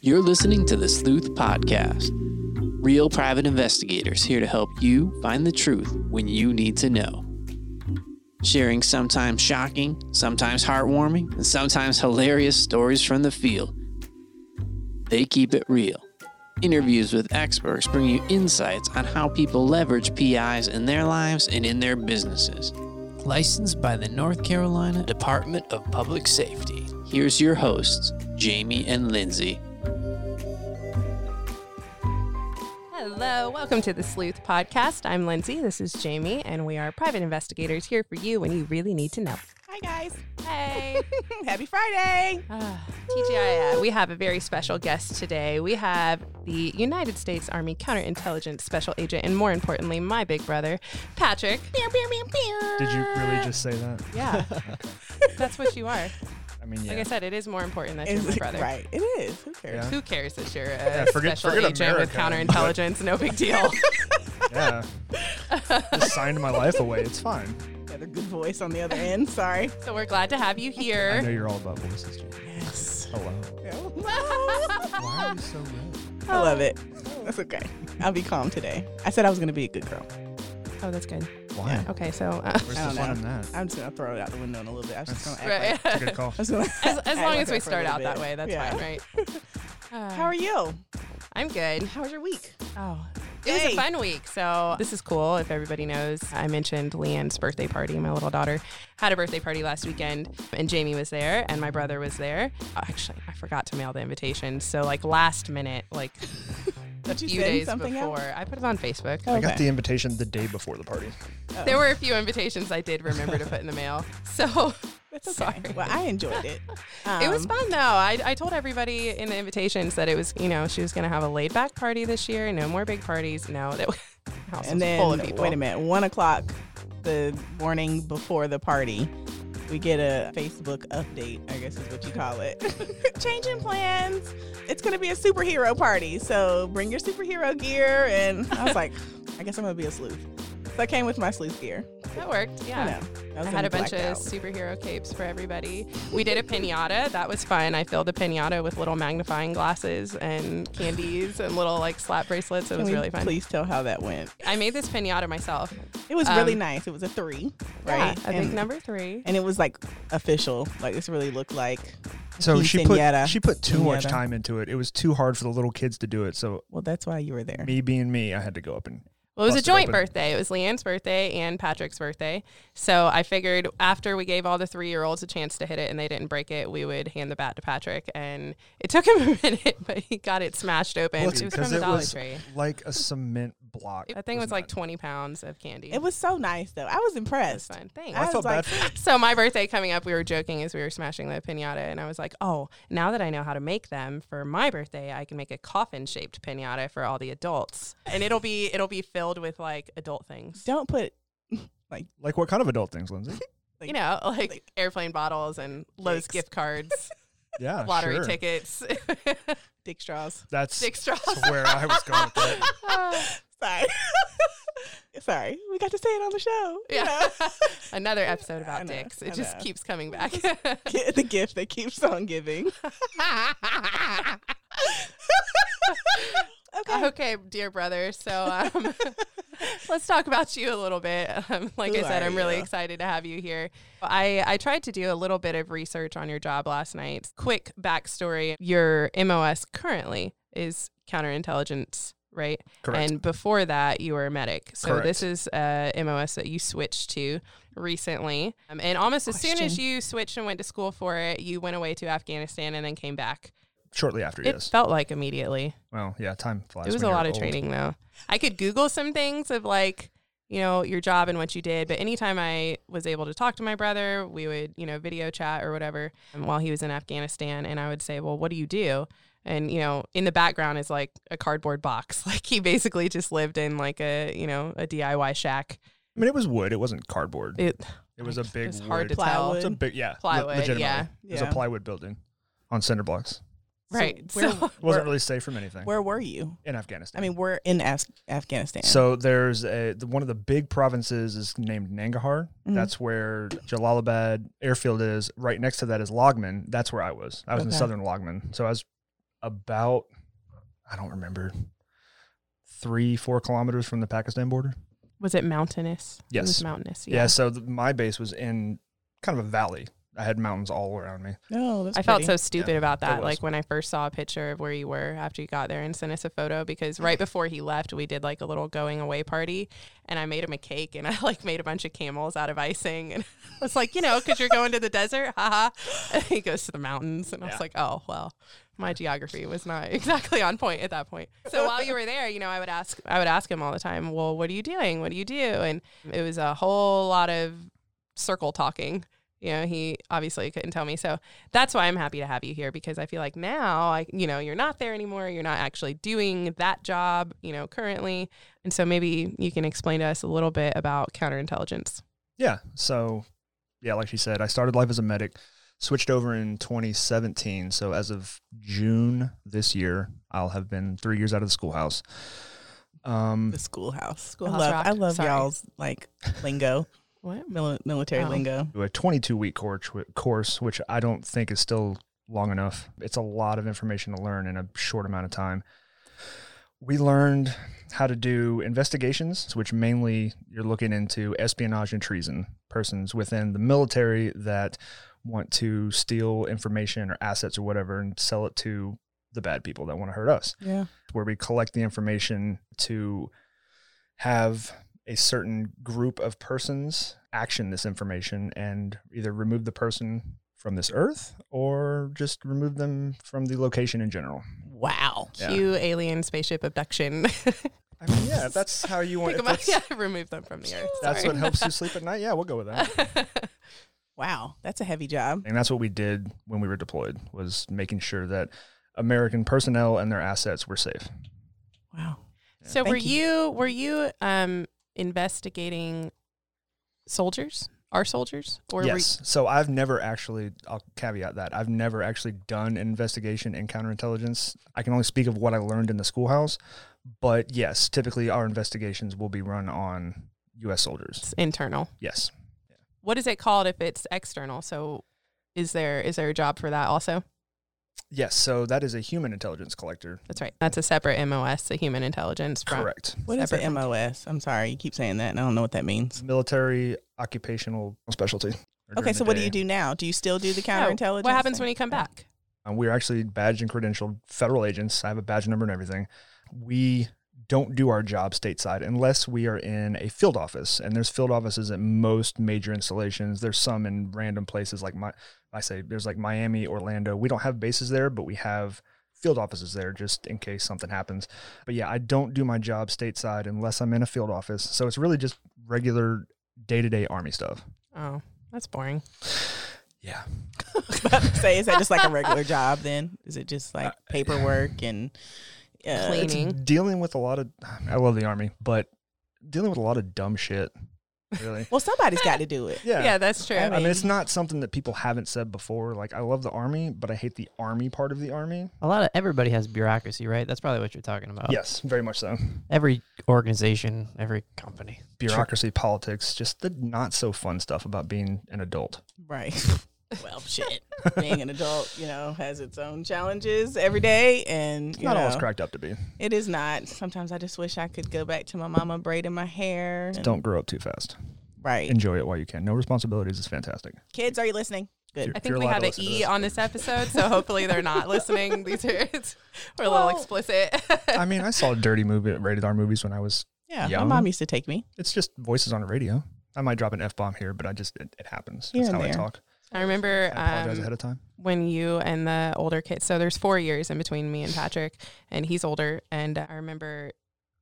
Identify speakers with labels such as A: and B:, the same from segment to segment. A: You're listening to the Sleuth Podcast. Real private investigators here to help you find the truth when you need to know. Sharing sometimes shocking, sometimes heartwarming, and sometimes hilarious stories from the field. They keep it real. Interviews with experts bring you insights on how people leverage PIs in their lives and in their businesses. Licensed by the North Carolina Department of Public Safety. Here's your hosts, Jamie and Lindsay.
B: Hello, welcome to the Sleuth Podcast. I'm Lindsay, this is Jamie, and we are private investigators here for you when you really need to know.
C: Hi guys.
B: Hey,
C: Happy Friday.
B: Ah, TGIF. We have a very special guest today. We have the United States Army counterintelligence special agent, and more importantly, my big brother, Patrick.
D: Did you really
B: Uh,
D: just say that?
B: Yeah, that's what you are.
D: I mean, yeah.
B: Like I said, it is more important that you're
C: Is
B: my
C: it-
B: brother.
C: Right. It is. Who cares?
D: Yeah.
B: Who cares that you're a
D: forget-
B: special
D: forget
B: agent with
D: America.
B: counterintelligence? no big deal.
D: yeah. just signed my life away. It's fine.
C: Got a good voice on the other end. Sorry.
B: so we're glad to have you
D: I
B: here.
D: know you're all about voices. Jamie.
C: Yes.
D: Hello. Why are you so rude?
C: I love it. That's okay. I'll be calm today. I said I was gonna be a good girl.
B: Oh, that's good.
D: Why?
B: Okay, so uh,
D: Where's
C: I don't
D: the fun
C: know.
D: in that?
C: I'm just gonna throw it out the window in a little bit. I was just gonna
B: right.
C: act like
D: It's a good call.
C: I was gonna
B: as, as
C: act
B: long
C: like
B: as we
C: that for a
B: start
C: little
B: out that
C: bit.
B: way, that's
C: Yeah.
B: fine, right? Uh,
C: How are you?
B: I'm good.
C: How was your week?
B: Oh, it was a
C: Yay.
B: fun week. So this is cool. If everybody knows, I mentioned Leanne's birthday party. My little daughter had a birthday party last weekend, and Jamie was there, and my brother was there. Oh, Actually, I forgot to mail the invitation. So like last minute, like a
C: Did you
B: few
C: send
B: days
C: something out?
B: before, I put it on Facebook.
D: I got
C: Okay.
D: the invitation the day before the party.
B: There were a few invitations I did remember to put in the mail. So
C: That's okay.
B: sorry.
C: Well, I enjoyed it. Um,
B: It was fun though. I, I told everybody in the invitations that it was, you know, she was going to have a laid back party this year. No more big parties. No, that the house
C: And
B: was full of
C: then
B: people.
C: wait a minute, one o'clock, the morning before the party, we get a Facebook update. I guess is what you call it. Changing plans. It's gonna be a superhero party, so bring your superhero gear. And I was like, I guess I'm gonna be a sleuth. So I came with my sleuth gear.
B: That worked.
C: I
B: Yeah.
C: know.
B: I,
C: was
B: had
C: gonna
B: a bunch
C: black
B: of
C: out.
B: superhero capes for everybody. We did a pinata. That was fun. I filled the pinata with little magnifying glasses and candies and little like slap bracelets. It
C: Can
B: was
C: we
B: really fun.
C: Please tell how that went.
B: I made this pinata myself.
C: It was really
B: Um,
C: nice. It was a three,
B: Yeah,
C: right?
B: I
C: and,
B: think number three.
C: and it was like official. Like this really looked like.
D: So she put
C: Quinceañera.
D: she put too much
C: Quinceañera.
D: time into it. It was too hard for the little kids to do it. So
C: Well, that's why you were there.
D: me being me, I had to go up and
B: Well, it was a
D: Busted
B: joint
D: open.
B: birthday. It was Leanne's birthday and Patrick's birthday. So I figured after we gave all the three year olds a chance to hit it and they didn't break it, we would hand the bat to Patrick. And it took him a minute, but he got it smashed open.
D: Well,
B: it was
D: because
B: from the
D: it
B: Dollar
D: was-
B: Tree.
D: like a cement block.
B: That thing was, like
D: not-
B: 20 pounds of candy.
C: It was so nice though. I was
B: It was
C: impressed.
B: fun. Thanks.
D: I
C: I was
D: felt bad.
C: like-
D: for
B: so my birthday coming up, we were joking as we were smashing the pinata, and I was like, "Oh, now that I know how to make them for my birthday, I can make a coffin-shaped pinata for all the adults, and it'll be it'll be filled with like adult things."
C: Don't put
D: Like what kind of adult things, Lindsay?
B: you know, like, airplane bottles and Lowe's
C: Dicks.
B: gift cards,
D: Yeah,
B: lottery
D: sure.
B: tickets,
C: dick straws.
D: That's
B: dick straws.
D: that's where I was going with that.
C: Sorry. Sorry. We got to say it on the show. you
B: yeah.
C: know?
B: Another episode
C: I
B: about
C: know,
B: dicks.
C: I
B: It just
C: know.
B: keeps coming back.
C: Get the gift that keeps on giving. Okay.
B: okay, dear brother. So um, let's talk about you a little bit. Um, like I
C: Who
B: said,
C: are
B: I'm really
C: you?
B: excited to have you here. I, I tried to do a little bit of research on your job last night. Quick backstory your MOS currently is counterintelligence, right?
D: Correct.
B: And before that, you were a medic. So
D: Correct.
B: this is a MOS that you switched to recently. Um, and almost as soon as
C: Question.
B: you switched and went to school for it, you went away to Afghanistan and then came back.
D: Shortly after,
B: It
D: yes.
B: felt like immediately.
D: Well, yeah, time flies.
B: it was
D: when
B: a
D: you're
B: lot of
D: old.
B: training though. I could Google some things of like, you know, your job and what you did, but anytime I was able to talk to my brother, we would, you know, video chat or whatever um, while he was in Afghanistan and I would say, "Well, what do you do?" And, you know, in the background is like a cardboard box. Like he basically just lived in like a, you know, a DIY shack.
D: I mean, it was wood. It wasn't cardboard. It,
B: It,
D: was a big
B: it was hard
D: wood.
B: to
C: Plywood.
D: It's a big yeah. le-
B: Plywood,
D: legitimately.
B: yeah.
D: It was a
C: Yeah.
D: plywood building on cinder blocks.
B: tell. Right.
C: So where,
B: So,
D: It wasn't really safe from anything
C: where were you?
D: in Afghanistan.
C: I mean, we're in Af- Afghanistan.
D: so there's a the, one of the big provinces is named Nangarhar.
B: Mm-hmm.
C: Mhm.
D: That's where Jalalabad airfield is. Right next to that is Logman. That's where I was. I was in
C: Okay.
D: southern Logman. So I was about I don't remember three four kilometers from the Pakistan border.
B: Was it mountainous? It was
D: Yes.
B: mountainous.
D: Yeah. so th- my base was in kind of a valley. I had mountains all around me.
C: No, that's
B: I felt
C: pretty.
B: so stupid about that.
D: was.
B: Like when I first saw a picture of where you were after you got there and sent us a photo, because right before he left, we did like a little going away party and I made him a cake and I like made a bunch of camels out of icing. And I was like, you know, because you're going to the desert, haha. And he goes to the mountains. And I
D: Yeah.
B: was like, oh, well, my geography was not exactly on point at that point. So while you were there, you know, I would ask, I would ask him all the time, well, what are you doing? What do you do? And it was a whole lot of circle talking. You know, he obviously couldn't tell me. So that's why I'm happy to have you here because I feel like now I you know, you're not there anymore. You're not actually doing that job, you know, currently. And so maybe you can explain to us a little bit about counterintelligence.
D: Yeah. So, yeah, like she said, I started life as a medic, switched over in 2017. So, as of June this year, I'll have been three years out of the schoolhouse. Um,
C: the schoolhouse.
B: Schoolhouse
C: I love,
B: Rock.
C: I love
B: Sorry.
C: y'all's like lingo,
B: What?
C: mili- military
B: Oh.
C: lingo.
D: do a 22 week course, course, which I don't think is still long enough. It's a lot of information to learn in a short amount of time. We learned how to do investigations, which mainly you're looking into espionage and treason, persons within the military that want to steal information or assets or whatever and sell it to the bad people that want to hurt us
C: Yeah.
D: where we collect the information to have a certain group of persons action this information and either remove the person from this earth or just remove them from the location in general.
C: Wow.
D: Yeah.
B: Cue alien spaceship abduction.
D: I mean, yeah, if that's how you want.
B: Think
D: If
B: about
D: that's,
B: yeah, remove them from the earth.
D: that's
B: Sorry.
D: what helps you sleep at night. Yeah, we'll go with that.
C: Wow. That's a heavy job.
D: And that's what we did when we were deployed was making sure that American personnel and their assets were safe.
C: Wow.
B: so
C: Thank
B: were
C: you.
B: you. were you um investigating soldiers? Our soldiers? Or were
D: yes. so I've never actually, I'll caveat that, I've never actually done an investigation in counterintelligence. I can only speak of what I learned in the schoolhouse. But yes, typically our investigations will be run on U.S. soldiers.
B: it's internal?
D: Yes.
B: what is it called if it's external? So is there is there a job for that also?
D: Yes. So that is a human intelligence collector.
B: That's right. That's a separate MOS, the human intelligence. From.
D: Correct.
C: What is
B: Separate
C: the
B: from-
C: MOS? I'm sorry, you keep saying that, and I don't know what that means.
D: Military occupational specialty.
C: Okay, so what do you do now? Do you still do the
B: No,
C: counterintelligence?
B: What happens
C: thing?
B: when you come back?
D: Uh, we're actually badged and credentialed federal agents. I have a badge number and everything. We don't do our job stateside unless we are in a field office, and there's field offices at most major installations. There's some in random places like my, I say there's like Miami, Orlando. We don't have bases there, but we have field offices there just in case something happens. But yeah, I don't do my job stateside unless I'm in a field office. So it's really just regular day to day army stuff.
B: Oh, that's boring.
D: Yeah.
C: Say, is that just like a regular job? Then is it just
D: Uh,
C: like paperwork and uh,
B: Clean. Meaning?
D: It's dealing with a lot of I love the army, but dealing with a lot of dumb shit. Really.
C: Well, somebody's got to do it.
D: Yeah.
B: Yeah, that's true.
D: I
C: I
D: mean, it's not something that people haven't said before. Like, I love the army, but I hate the army part of the army.
E: A lot of everybody has bureaucracy, right? That's probably what you're talking
A: Oh.
E: about.
D: Yes, very much so.
E: Every organization, every company.
D: Bureaucracy, politics, just the not so fun stuff about being an adult.
C: Right. Well, shit. Being an adult, you know, has its own challenges every day, and
D: It's
C: you
D: not always
C: know,
D: cracked up to be.
C: It is not. Sometimes I just wish I could go back to my mama braiding my hair. and-
D: Don't grow up too fast.
C: Right.
D: Enjoy it while you can. No responsibilities is fantastic.
C: Kids, are you listening? Good.
B: I
D: you're
B: think we
D: allowed
B: had
D: to
B: an
D: listen to
B: E
D: this.
B: on this episode, so hopefully they're not listening. These are it's, we're a little
C: Well-
B: explicit.
D: I mean, I saw dirty movie, rated R movies when I was.
C: Yeah.
D: Young.
C: My mom used to take me.
D: It's just voices on a radio. I might drop an f bomb here, but I just it, it happens.
C: Here
D: That's
C: and
D: how I
C: there.
D: talk.
B: I remember
D: I apologize
B: um,
D: ahead of time.
B: when you and the older kid so there's four years in between me and patrick and he's older and i remember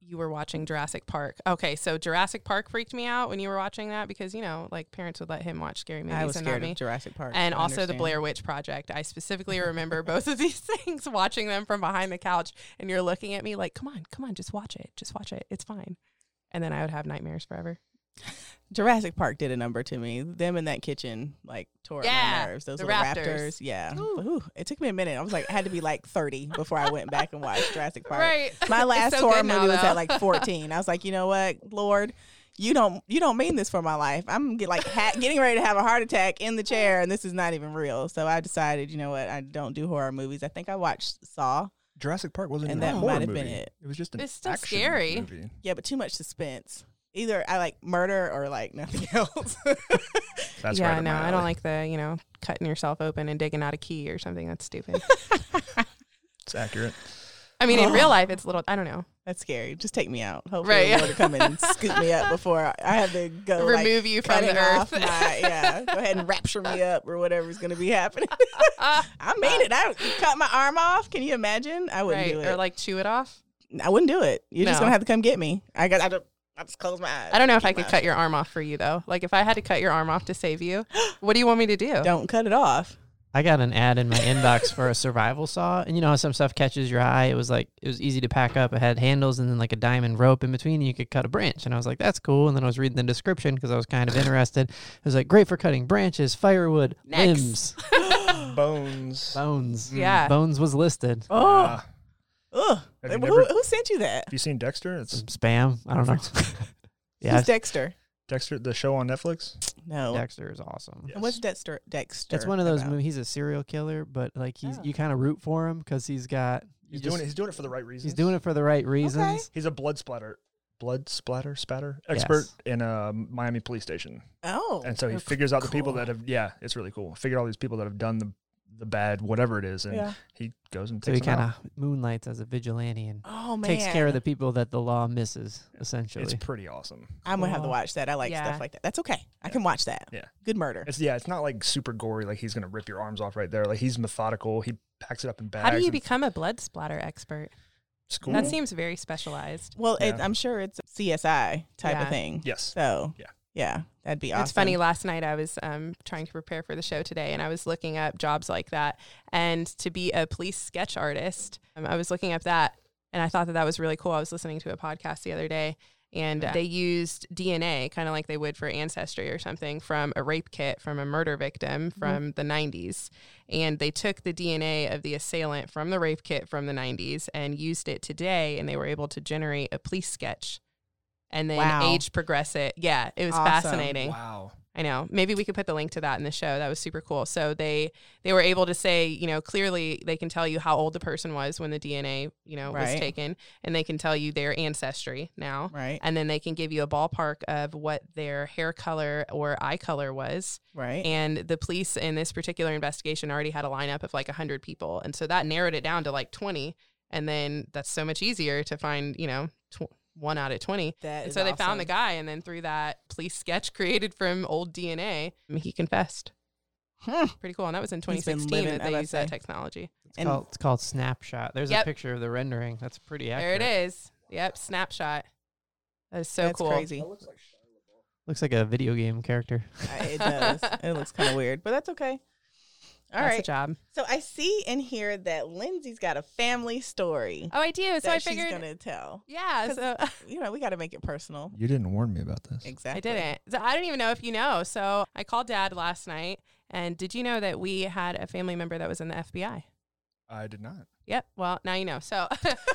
B: you were watching jurassic park okay so jurassic park freaked me out when you were watching that because you know like parents would let him watch scary movies
C: I was
B: and not
C: scared
B: me
C: of Jurassic Park.
B: and
C: I
B: also the
C: understand.
B: Blair Witch Project. I specifically remember both of these things, watching them from behind the couch, and you're looking at me like, "Come on, come on, just watch it, just watch it, it's fine." And then I would have nightmares forever.
C: Jurassic Park did a number to me. Them in that kitchen like tore at
B: Yeah,
C: my nerves. Those
B: the
C: little raptors.
B: raptors.
C: Yeah. Ooh, it took me a minute. I was like, I had to be like 30 before I went back and watched Jurassic Park.
B: Right.
C: My
B: It's
C: last
B: so
C: horror
B: good now,
C: movie was
B: though.
C: at like 14. I was like, you know what, Lord, you don't you don't mean this for my life. I'm get, like ha- getting ready to have a heart attack in the chair, and this is not even real. So I decided, you know what? I don't do horror movies. I think I watched Saw.
D: Jurassic Park wasn't
C: And
D: even
C: that
D: a horror
C: might have
D: movie.
C: been it.
D: It was just an
B: It's still
D: action
B: scary.
D: movie.
C: Yeah, but too much suspense. Either I like murder or like nothing else.
D: That's
B: yeah,
D: right up
B: no,
D: my
B: I don't
D: alley.
B: like the you know cutting yourself open and digging out a key or something. That's stupid.
D: It's accurate.
B: I mean, in real life, it's little. I don't know.
C: That's scary. Just take me out. Hopefully, right,
B: yeah.
C: to come and scoop me up before I- I have to go like,
B: Remove you from
C: cutting
B: the
C: off
B: earth.
C: my- yeah, go ahead and rapture me up or whatever's going to be happening. I mean it. I would cut my arm off. Can you imagine? I wouldn't
B: right,
C: do it.
B: or like chew it off.
C: I wouldn't do it. You're just
B: No.
C: gonna have to come get me. I got. I, don't, I just close my eyes.
B: I don't know if I could cut your arm off for you though. Like if I had to cut your arm off to save you, what do you want me to do?
C: Don't cut it off.
E: I got an ad in my inbox for a survival saw, and you know how some stuff catches your eye. It was like it was easy to pack up. It had handles and then like a diamond rope in between, and you could cut a branch. And I was like, "That's cool." And then I was reading the description because I was kind of interested. It was like great for cutting branches, firewood,
B: Next.
E: limbs,
D: Bones. Have
E: bones.
B: Yeah.
E: bones was listed.
C: Oh, ugh.
D: Have you
C: Who,
D: never-
C: who sent you that?
D: you seen Dexter? It's
E: Spam. I don't know. yeah,
C: Who's Dexter?
D: Dexter, the show on Netflix.
C: No.
E: Dexter is awesome.
D: Yes.
C: And What's Dexter? Dexter.
E: It's one of those
C: about?
E: movies. He's a serial killer, but like he's
C: Oh.
E: you kind of root for him because he's got
D: He's
E: you
D: doing it.
E: just-
D: He's doing it for the right reasons.
E: He's doing it for the right reasons.
D: He's a blood splatter, blood splatter spatter expert
E: Yes.
D: in a Miami police station,
C: Oh.
D: and so he
C: oh,
D: figures out the people
C: cool.
D: that have. Yeah, it's really cool. Figure out all these people that have done the the bad, whatever it is, and
C: Yeah.
D: he goes and
E: So
D: takes
E: he
D: them
E: kind
D: out.
E: of moonlights as a vigilante and
C: Oh man.
E: takes care of the people that the law misses, essentially.
D: It's pretty awesome.
C: I'm gonna have to
E: Cool.
C: watch that. I like
B: Yeah.
C: stuff like that. That's okay. I can watch that.
D: Yeah.
C: Good murder.
D: It's yeah. It's not like super gory. Like he's gonna rip your arms off right there. Like he's methodical. He packs it up in bags.
B: How do you
D: and
B: become a blood splatter expert?
D: it's cool.
B: That seems very specialized.
C: Well, it,
D: Yeah.
C: I'm sure it's a CSI type of
B: Yeah.
C: thing.
D: yes.
C: So.
D: Yeah.
C: Yeah. That'd be awesome.
B: It's funny. Last night I was um, trying to prepare for the show today, and I was looking up jobs like that. And to be a police sketch artist, um, I was looking up that, and I thought that that was really cool. I was listening to a podcast the other day, and uh, they used DNA, kind of like they would for ancestry or something, from a rape kit from a murder victim
C: Mm-hmm.
B: from the '90s, and they took the DNA of the assailant from the rape kit from the '90s and used it today, and they were able to generate a police sketch. And then
C: Wow.
B: age progress it. Yeah, it was
C: Awesome.
B: fascinating.
D: Wow.
B: I know. Maybe we could put the link to that in the show. That was super cool. So they they were able to say, you know, clearly they can tell you how old the person was when the DNA, you know, was
C: Right.
B: taken, and they can tell you their ancestry now.
C: Right.
B: And then they can give you a ballpark of what their hair color or eye color was.
C: Right.
B: And the police in this particular investigation already had a lineup of like 100 people. And so that narrowed it down to like 20. And then that's so much easier to find, you know, tw- one out of 20.
C: That
B: And
C: is
B: so they found the
C: awesome.
B: guy, and then through that police sketch created from old DNA, he confessed.
C: Hmm.
B: Pretty cool. And that was in
C: He's been
B: 2016
C: living,
B: that
C: I
B: they
C: must
B: used that
C: say.
B: technology.
E: It's
C: and-
E: called, it's called Snapshot. There's
B: Yep.
E: a picture of the rendering. That's pretty
B: There
E: accurate.
B: it is. Yep, snapshot. That is so
C: That's
B: cool.
C: crazy.
E: Looks like a video game character.
C: Uh, It does. it looks kind of weird, but that's okay. All
B: That's a
C: right.
B: job.
C: So I see in here that Lindsay's got a family story
B: Oh, I do. So
C: that
B: I figured.
C: she's gonna tell.
B: yeah.
C: 'Cause
B: So
C: You know, we got to make it personal.
D: You didn't warn me about this.
C: Exactly.
B: I didn't. So I don't even know if you know. So I called dad last night, and did you know that we had a family member that was in the FBI?
D: I did not.
B: Yep. Well, now you know. So.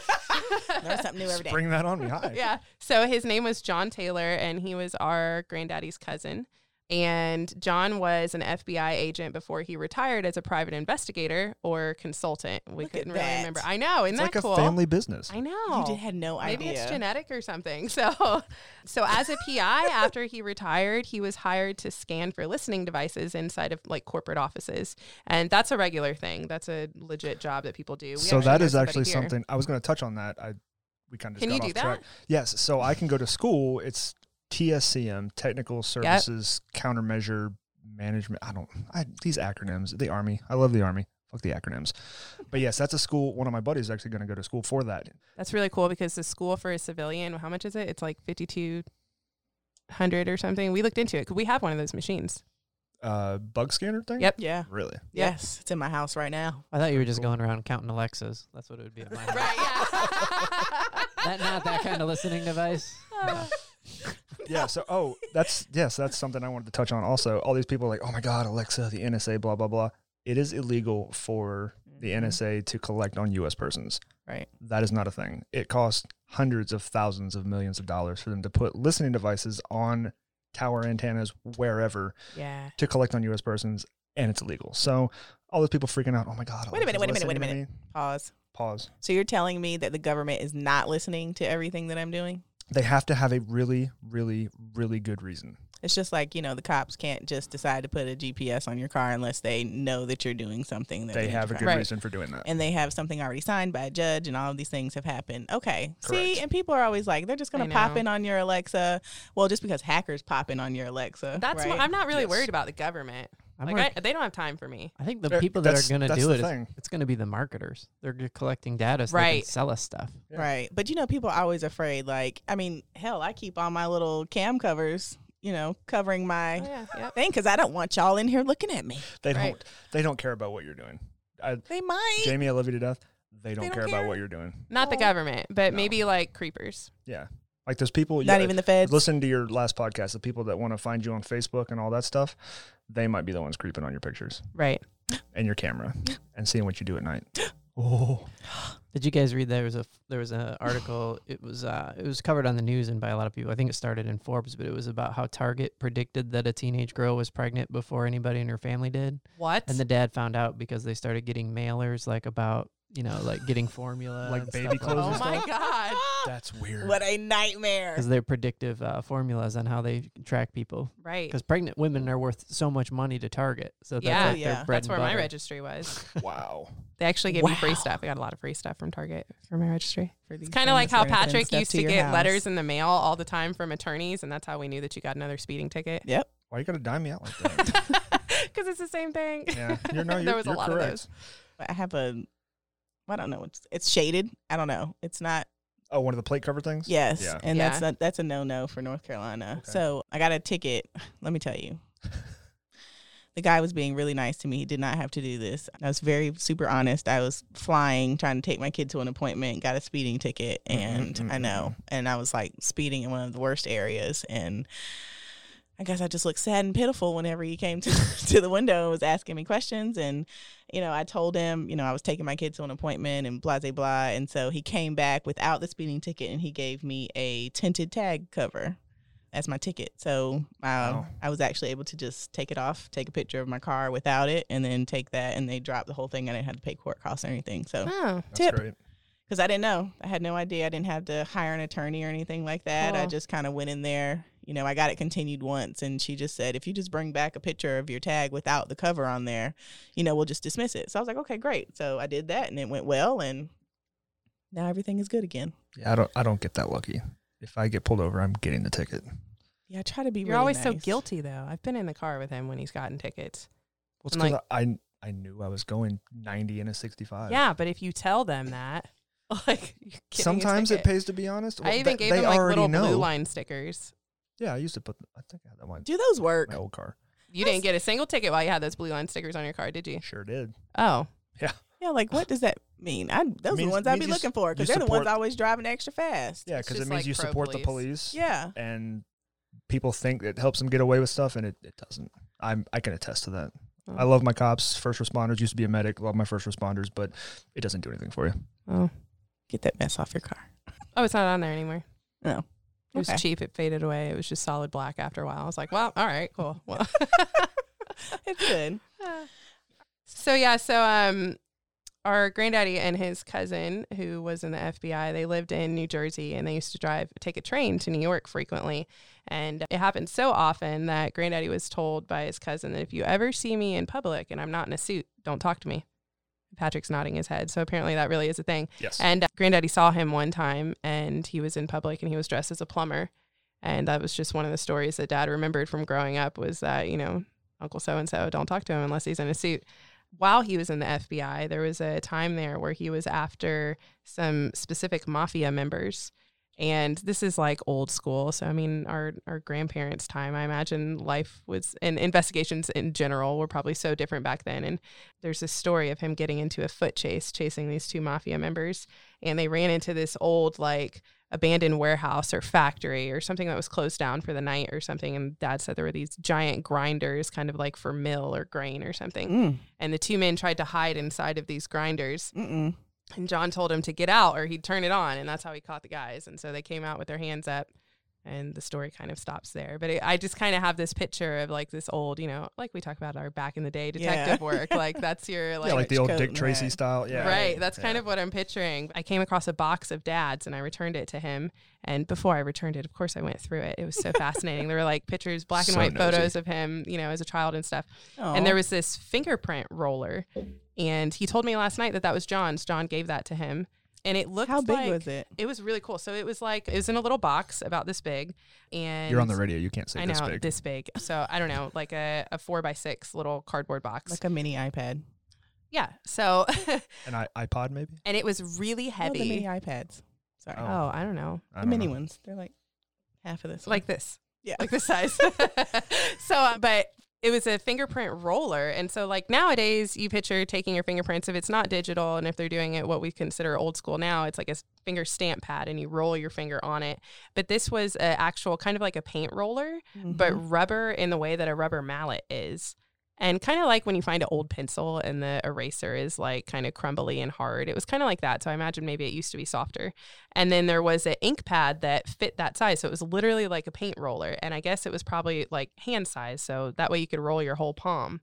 C: Learn something new every day.
D: Bring that on me high.
B: yeah. So his name was John Taylor, and he was our granddaddy's cousin. And John was an FBI agent before he retired as a private investigator or consultant. We
C: Look at
B: couldn't really
C: that.
B: remember. I know. Isn't
D: It's
B: that
D: like a
B: cool?
D: family business.
B: I know.
C: You did, had no
B: Oh, Maybe
C: idea.
B: it's genetic or something. So, so as a PI, after he retired, he was hired to scan for listening devices inside of like corporate offices, and that's a regular thing. That's a legit job that people do. We
D: so
B: actually
D: that
B: know
D: is
B: somebody
D: actually
B: here.
D: something I was going to touch on that. I we kind of
B: Can
D: got
B: you do
D: off track. Yes, so I can go to school. It's TSCM, Technical Services Countermeasure Management. I don't I, these acronyms. The Army. I love the Army. Fuck the acronyms. But yes, that's a school. One of my buddies is actually going to go to school for that.
B: That's really cool because the school for a civilian, how much is it? It's like fifty two hundred or something. We looked into it. Could we have one of those machines?
D: Uh, bug scanner thing.
B: Yep.
C: Yeah.
D: Really.
C: Yes. It's in my house right now.
E: I thought you were just
D: Cool.
E: going around counting Alexas. That's what it would be. At my house.
B: Right.
E: that not that kind of listening device. No.
D: Yeah. So oh, that's yes, that's something I wanted to touch on. Also, all these people are like, oh my God, Alexa, the
C: Mm.
D: NSA, blah blah blah. It is illegal for the NSA to collect on U.S. persons.
C: Mm-hmm. Right.
D: That is not a thing. It costs hundreds of thousands of millions of dollars for them to put listening devices on tower antennas wherever
B: Yeah.
D: to collect on U.S. persons, and it's illegal. So all those people freaking out. Oh my god!
C: Wait a minute,
D: Alexa's
C: wait a minute, wait a
D: listening to me."
C: Pause.
D: Pause.
C: So you're telling me that the government is not listening to everything that I'm doing?
D: They have to have a really, really, really good reason.
C: It's just like, you know, the cops can't just decide to put a GPS on your car unless they know that you're doing something that
D: They have a
C: a
D: good
B: Right.
D: reason for doing that.
C: and they have something already signed by a judge and all of these things have happened. Okay. See,
D: Correct.
C: and people are always like, they're just going
B: I
C: to pop
B: know.
C: in on your Alexa. Well, just because hackers pop in on your Alexa.
B: That's
C: right?
B: why I'm not really
D: Yes.
B: worried about the government.
E: I'm
B: like
E: like-
B: I, they don't have time for me.
E: I think the
D: There-
E: people that
D: that's-
E: are going to
D: that's
E: do
D: the
E: it, is-
D: thing.
E: it's going to be the marketers. They're g- collecting data so they
B: Right.
E: can sell us stuff.
D: Yeah.
C: Right. But you know, people are always afraid. Like, I mean, hell, I keep all my little cam covers, you know, covering my
B: Oh, yeah. Yep.
C: thing because I don't want y'all in here looking at me.
D: They
B: Right.
D: don't. They don't care about what you're doing. I,
C: They might.
D: Jamie, I love you to death. They don't,
C: don't
D: care,
C: care.
D: about what you're doing.
B: Not the
C: No.
B: government, but
D: No.
B: maybe like creepers.
D: Yeah, like those people.
C: Not
D: yeah,
C: even the feds.
D: Listen to your last podcast. The people that want to find you on Facebook and all that stuff, they might be the ones creeping on your pictures
B: Right.
D: and your camera and seeing what you do at night. Oh,
E: Did you guys read there was a f- there was an article it was uh it was covered on the news and by a lot of people I think it started in Forbes but it was about how Target predicted that a teenage girl was pregnant before anybody in her family did
B: What?
E: and the dad found out because they started getting mailers like about you know like getting formula
D: Like
E: and
D: baby
E: stuff
D: clothes
B: oh
D: and
E: that.
B: my god.
D: that's weird.
C: what a nightmare.
E: because they're predictive uh, formulas on how they track people
B: Right.
E: because pregnant women are worth so much money to Target so that's
B: Yeah.
E: like their
C: Yeah.
E: bread
B: That's
E: and
B: where my
E: butter.
B: registry was.
D: Wow.
B: They actually gave me free
C: Wow.
B: stuff. I got a lot of free stuff from Target for my registry. It's kind of like how Patrick used to, get letters in the mail all the time from attorneys, and that's how we knew that you got another speeding ticket.
C: Yep.
D: Why you gotta dime me out like that?
B: Because it's the same thing.
D: Yeah, you're, no, you're,
B: there was
D: you're
B: a lot
D: correct.
B: of those.
C: But I have a, I don't know. It's, it's shaded. I don't know. It's not.
D: Oh, one of the plate cover things.
C: Yes.
D: Yeah.
C: And
B: Yeah.
C: that's not, that's a no no for North Carolina.
D: Okay.
C: So I got a ticket. Let me tell you. The guy was being really nice to me. He did not have to do this. I was very super honest. I was flying, trying to take my kid to an appointment, got a speeding ticket,
D: Mm-mm,
C: and I
D: mm-mm.
C: know. And I was like speeding in one of the worst areas. And I guess I just looked sad and pitiful whenever he came to, to the window and was asking me questions. And, you know, I told him, you know, I was taking my kid to an appointment and blah, blah, blah. And so he came back without the speeding ticket and he gave me a tinted tag cover as my ticket. So uh,
D: Wow.
C: I was actually able to just take it off, take a picture of my car without it, and then take that. And they dropped the whole thing. I didn't have to pay court costs or anything. So,
B: Oh,
D: That's
C: Tip.
D: great.
C: because I didn't know. I had no idea. I didn't have to hire an attorney or anything like that. I
B: Cool.
C: just kind of went in there. You know, I got it continued once, and she just said, if you just bring back a picture of your tag without the cover on there, you know, we'll just dismiss it. So I was like, okay, great. So I did that, and it went well, and now everything is good again.
D: Yeah, I don't. I don't get that lucky. If I get pulled over, I'm getting the ticket.
C: Yeah, I try to be.
B: you're
C: really
B: always so
C: nice.
B: guilty though. I've been in the car with him when he's gotten tickets.
D: Well, it's
B: And,
D: 'cause
B: like-
D: I I knew I was going 90 and a 65.
B: Yeah, but if you tell them that, like you're getting a
D: Sometimes it
B: ticket.
D: pays to be honest. Well,
B: I even
D: th-
B: gave
D: they
B: him like
D: already
B: little
D: know.
B: blue line stickers.
D: Yeah, I used to put. I think I had that one.
C: Do those work?
D: My old car
B: You didn't get a single ticket while you had those blue line stickers on your car, did you?
D: sure did.
B: Oh,
C: Yeah, like what does that mean? I those are the
D: Means-
C: ones I'd be
D: means you s-
C: looking for because
D: you
C: they're the ones
D: support-
C: always driving extra fast.
D: Yeah,
B: It's
D: because it
B: just
D: means
B: like
D: you
B: pro
D: support the
B: police.
D: police.
C: Yeah.
D: and people think it helps them get away with stuff, and it, it doesn't. I'm I can attest to that.
B: Mm.
D: I love my cops, first responders. Used to be a medic. Love my first responders, but it doesn't do anything for you.
B: oh,
C: Get that mess off your car.
B: oh, it's not on there anymore.
C: No.
B: It was
C: Okay.
B: cheap. It faded away. It was just solid black after a while. I was like, well, all right, cool. Well,
C: It's good.
B: so yeah, so um, our granddaddy and his cousin, who was in the FBI, they lived in New Jersey and they used to drive, take a train to New York frequently. And it happened so often that granddaddy was told by his cousin that if you ever see me in public and I'm not in a suit, don't talk to me. Patrick's nodding his head. So apparently that really is a thing.
D: Yes.
B: And uh, granddaddy saw him one time and he was in public and he was dressed as a plumber. And that was just one of the stories that dad remembered from growing up was that, you know, Uncle so and so, don't talk to him unless he's in a suit. While he was in the FBI, there was a time there where he was after some specific mafia members. And this is like old school. So, I mean, our, our grandparents' time, I imagine life was, and investigations in general were probably so different back then. And there's this story of him getting into a foot chase, chasing these two mafia members. And they ran into this old, like, abandoned warehouse or factory or something that was closed down for the night or something. And dad said there were these giant grinders, kind of like for mill or grain or something.
C: Mm,
B: And the two men tried to hide inside of these grinders
C: mm-mm.
B: And John told him to get out or he'd turn it on. And that's how he caught the guys. And so they came out with their hands up. And the story kind of stops there. But it, I just kind of have this picture of like this old, you know, like we talk about our back in the day detective
C: Yeah.
B: work. Like that's your like,
D: yeah, like the old
C: Coat
D: Dick
C: and
D: Tracy
C: hat.
D: style. Yeah.
B: Right. That's kind
D: Yeah.
B: of what I'm picturing. I came across a box of dads and I returned it to him. And before I returned it, of course, I went through it. It was so fascinating. There were like pictures, black and
D: So
B: white
D: nosy.
B: photos of him, you know, as a child and stuff. And there was this fingerprint roller. And he told me last night that that was John's. John gave that to him. And it looked
C: how big
B: like-
C: was it?
B: It was really cool. So it was like, it was in a little box about this big. And
D: You're on the radio. You can't say
B: I know,
D: this big.
B: this big. So I don't know, like a, a four by six little cardboard box.
C: Like a mini iPad.
B: yeah. So,
D: An I- iPod, maybe?
B: and it was really
C: No,
B: heavy.
C: the mini iPads. Sorry,
D: Oh.
B: Oh, I don't know.
D: I
C: the
D: don't
C: mini
D: know.
C: ones. They're like half of this.
B: Like this.
C: Yeah. Mm-hmm.
B: Like this size. so, uh, but it was a fingerprint roller. And so, like nowadays, you picture taking your fingerprints if it's not digital and if they're doing it what we consider old school now, it's like a s- finger stamp pad and you roll your finger on it. But this was an actual kind of like a paint roller,
C: one.
B: but rubber in the way that a rubber mallet is. And kind of like when you find an old pencil and the eraser is like kind of crumbly and hard. It was kind of like that. So I imagine maybe it used to be softer. And then there was an ink pad that fit that size. So it was literally like a paint roller. And I guess it was probably like hand size. So that way you could roll your whole palm.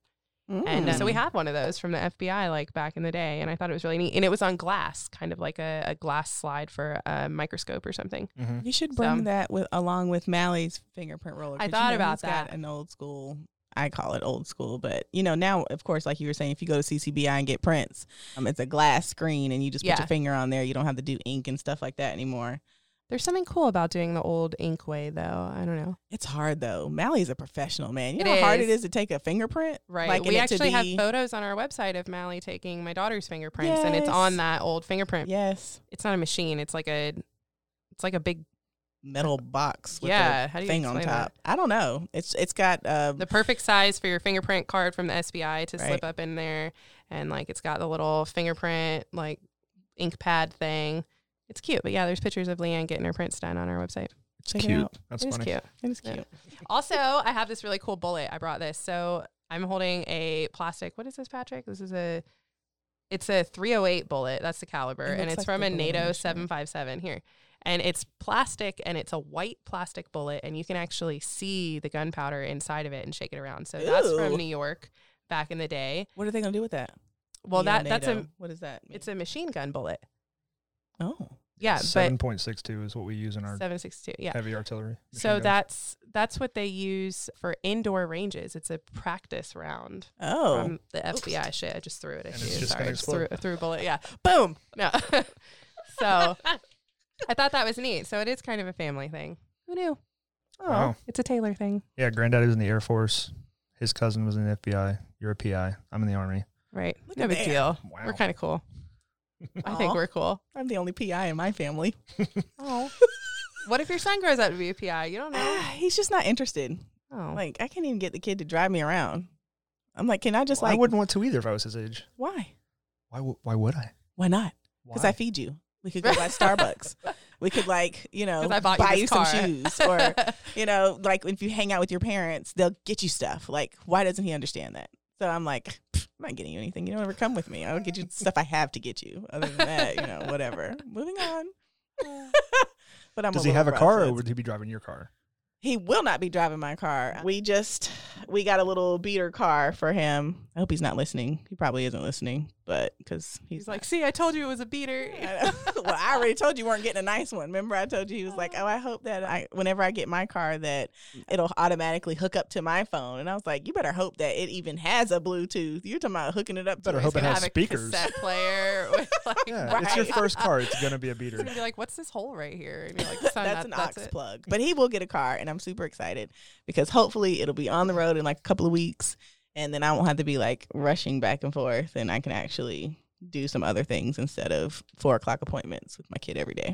B: And
C: Mm-hmm.
B: uh, so we had one of those from the FBI like back in the day. And I thought it was really neat. And it was on glass, kind of like a, a glass slide for a microscope or something.
D: Mhm.
C: You should bring
B: So-
C: that with along with Mally's fingerprint roller.
B: I
C: 'cause you
B: thought
C: know
B: about
C: he's got
B: that.
C: An old school. I call it old school, but you know now, of course, like you were saying, if you go to CCBI and get prints, um, it's a glass screen and you just put
B: Yeah.
C: your finger on there. You don't have to do ink and stuff like that anymore.
B: There's something cool about doing the old ink way, though. I don't know.
C: It's hard though. Mally's a professional man. You
B: It
C: know how hard it
B: is.
C: is to take a fingerprint,
B: Right.
C: Like,
B: we
C: and it to
B: actually have
C: be-
B: photos on our website of Mally taking my daughter's fingerprints, and it's on
C: Yes.
B: that old fingerprint.
C: Yes,
B: It's not a machine. It's like a, it's like a big
C: metal box. With
B: Yeah,
C: yeah,
B: how do you
C: thing on
B: explain that?
C: top. I don't know. It's it's got um,
B: the perfect size for your fingerprint card from the SBI to slip
C: Right.
B: up in there, and like it's got the little fingerprint like ink pad thing. It's cute, but yeah, there's pictures of Leanne getting her prints done on our website.
D: It's
C: Check it
D: cute.
C: out.
D: That's
B: It is
D: funny.
B: cute.
C: It is
B: Yeah.
C: cute.
B: Also, I have this really cool bullet. I brought this. So I'm holding a plastic. What is this, Patrick? This is a. It's a 308 bullet. That's the caliber,
C: It
B: and
C: looks
B: it's
C: like
B: from
C: the
B: a
C: bullet on
B: NATO
C: your shirt.
B: 757 here, and it's plastic, and it's a white plastic bullet, and you can actually see the gunpowder inside of it and shake it around. So that's from
C: Ooh.
B: New York back in the day.
C: What are they gonna do with that?
B: Well, that that's a
C: Neonato. what is that? mean?
B: it's a machine gun bullet.
C: oh
B: Yeah,
D: Seven point six two is what we use in
B: but
D: our
B: 762. Yeah,
D: heavy artillery. machine
B: so
D: guns.
B: that's that's what they use for indoor ranges. It's a practice round.
C: oh.
B: from the FBI shit. I just threw it at
D: And
B: you.
D: it's just
B: Sorry,
D: gonna
B: I just threw,
D: explode.
B: threw a bullet. Yeah, boom. No. so I thought that was neat. So it is kind of a family thing. Who knew? Oh,
D: Wow.
B: it's a Taylor thing,
D: yeah. Granddaddy was in the Air Force. His cousin was in the FBI. You're a PI. I'm in the Army.
B: right?
C: Look
B: no
C: at
B: big
C: that.
B: deal.
D: Wow.
B: We're kind of cool. I think
C: Aw.
B: we're cool.
C: I'm the only PI in my family.
B: Oh, what if your son grows up to be a PI? You don't know.
C: Ah, He's just not interested.
B: Oh,
C: Like I can't even get the kid to drive me around. I'm like, can I just
D: Well, I
C: like
D: wouldn't want to either if I was his age.
C: why?
D: Why? W- why would I?
C: Why not? Because I
D: Why?
C: feed you. We could go buy Starbucks. We could like you know
B: 'Cause I bought you
C: buy
B: this
C: you some
B: car.
C: shoes or you know like if you hang out with your parents they'll get you stuff. Like why doesn't he understand that? So I'm like, "Pfft, I'm not getting you anything. You don't ever come with me. I'll get you stuff I have to get you. Other than that, you know whatever. Moving on. but I'm
D: Does
C: a
D: he have a
C: little rough,
D: car,
C: so
D: or
C: it's
D: would he be driving your car?
C: He will not be driving my car. We just we got a little beater car for him. I hope he's not listening. He probably isn't listening, but because he's,
B: he's like,
C: not.
B: see, I told you it was a beater.
C: I know. well, I already told you weren't getting a nice one. Remember, I told you he was like, oh, I hope that I whenever I get my car that it'll automatically hook up to my phone. And I was like, you better hope that it even has a Bluetooth. You're talking about hooking it up.
D: Better
C: to
D: hope it
B: Gonna
D: has
B: have
D: speakers.
B: a cassette player. With like,
D: Yeah, it's your
C: Right.
D: first car. It's gonna be a
B: It's
D: beater.
B: gonna be like, what's this hole right here? And you're like, son,
C: that's
B: that-
C: an
B: that's
C: ox
B: it.
C: plug. But he will get a car, and I'm super excited because hopefully it'll be on the road in like a couple of weeks, and then I won't have to be like rushing back and forth, and I can actually do some other things instead of four o'clock appointments with my kid every day.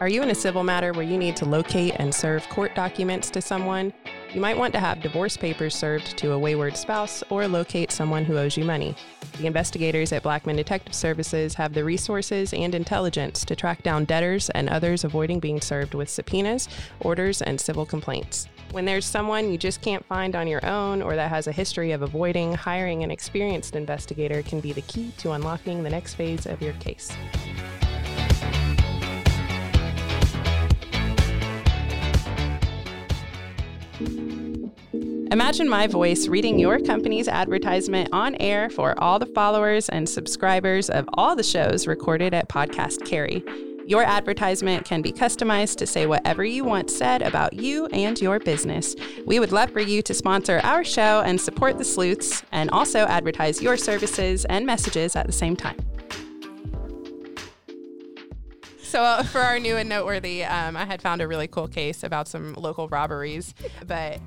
B: Are you in a civil matter where you need to locate and serve court documents to someone? You might want to have divorce papers served to a wayward spouse or locate someone who owes you money. The investigators at Blackman Detective Services have the resources and intelligence to track down debtors and others avoiding being served with subpoenas, orders, and civil complaints. When there's someone you just can't find on your own or that has a history of avoiding, hiring an experienced investigator can be the key to unlocking the next phase of your case. Imagine my voice reading your company's advertisement on air for all the followers and subscribers of all the shows recorded at Podcast Carry. Your advertisement can be customized to say whatever you want said about you and your business. We would love for you to sponsor our show and support the sleuths, and also advertise your services and messages at the same time. So uh, for our new and noteworthy, um, I had found a really cool case about some local robberies, but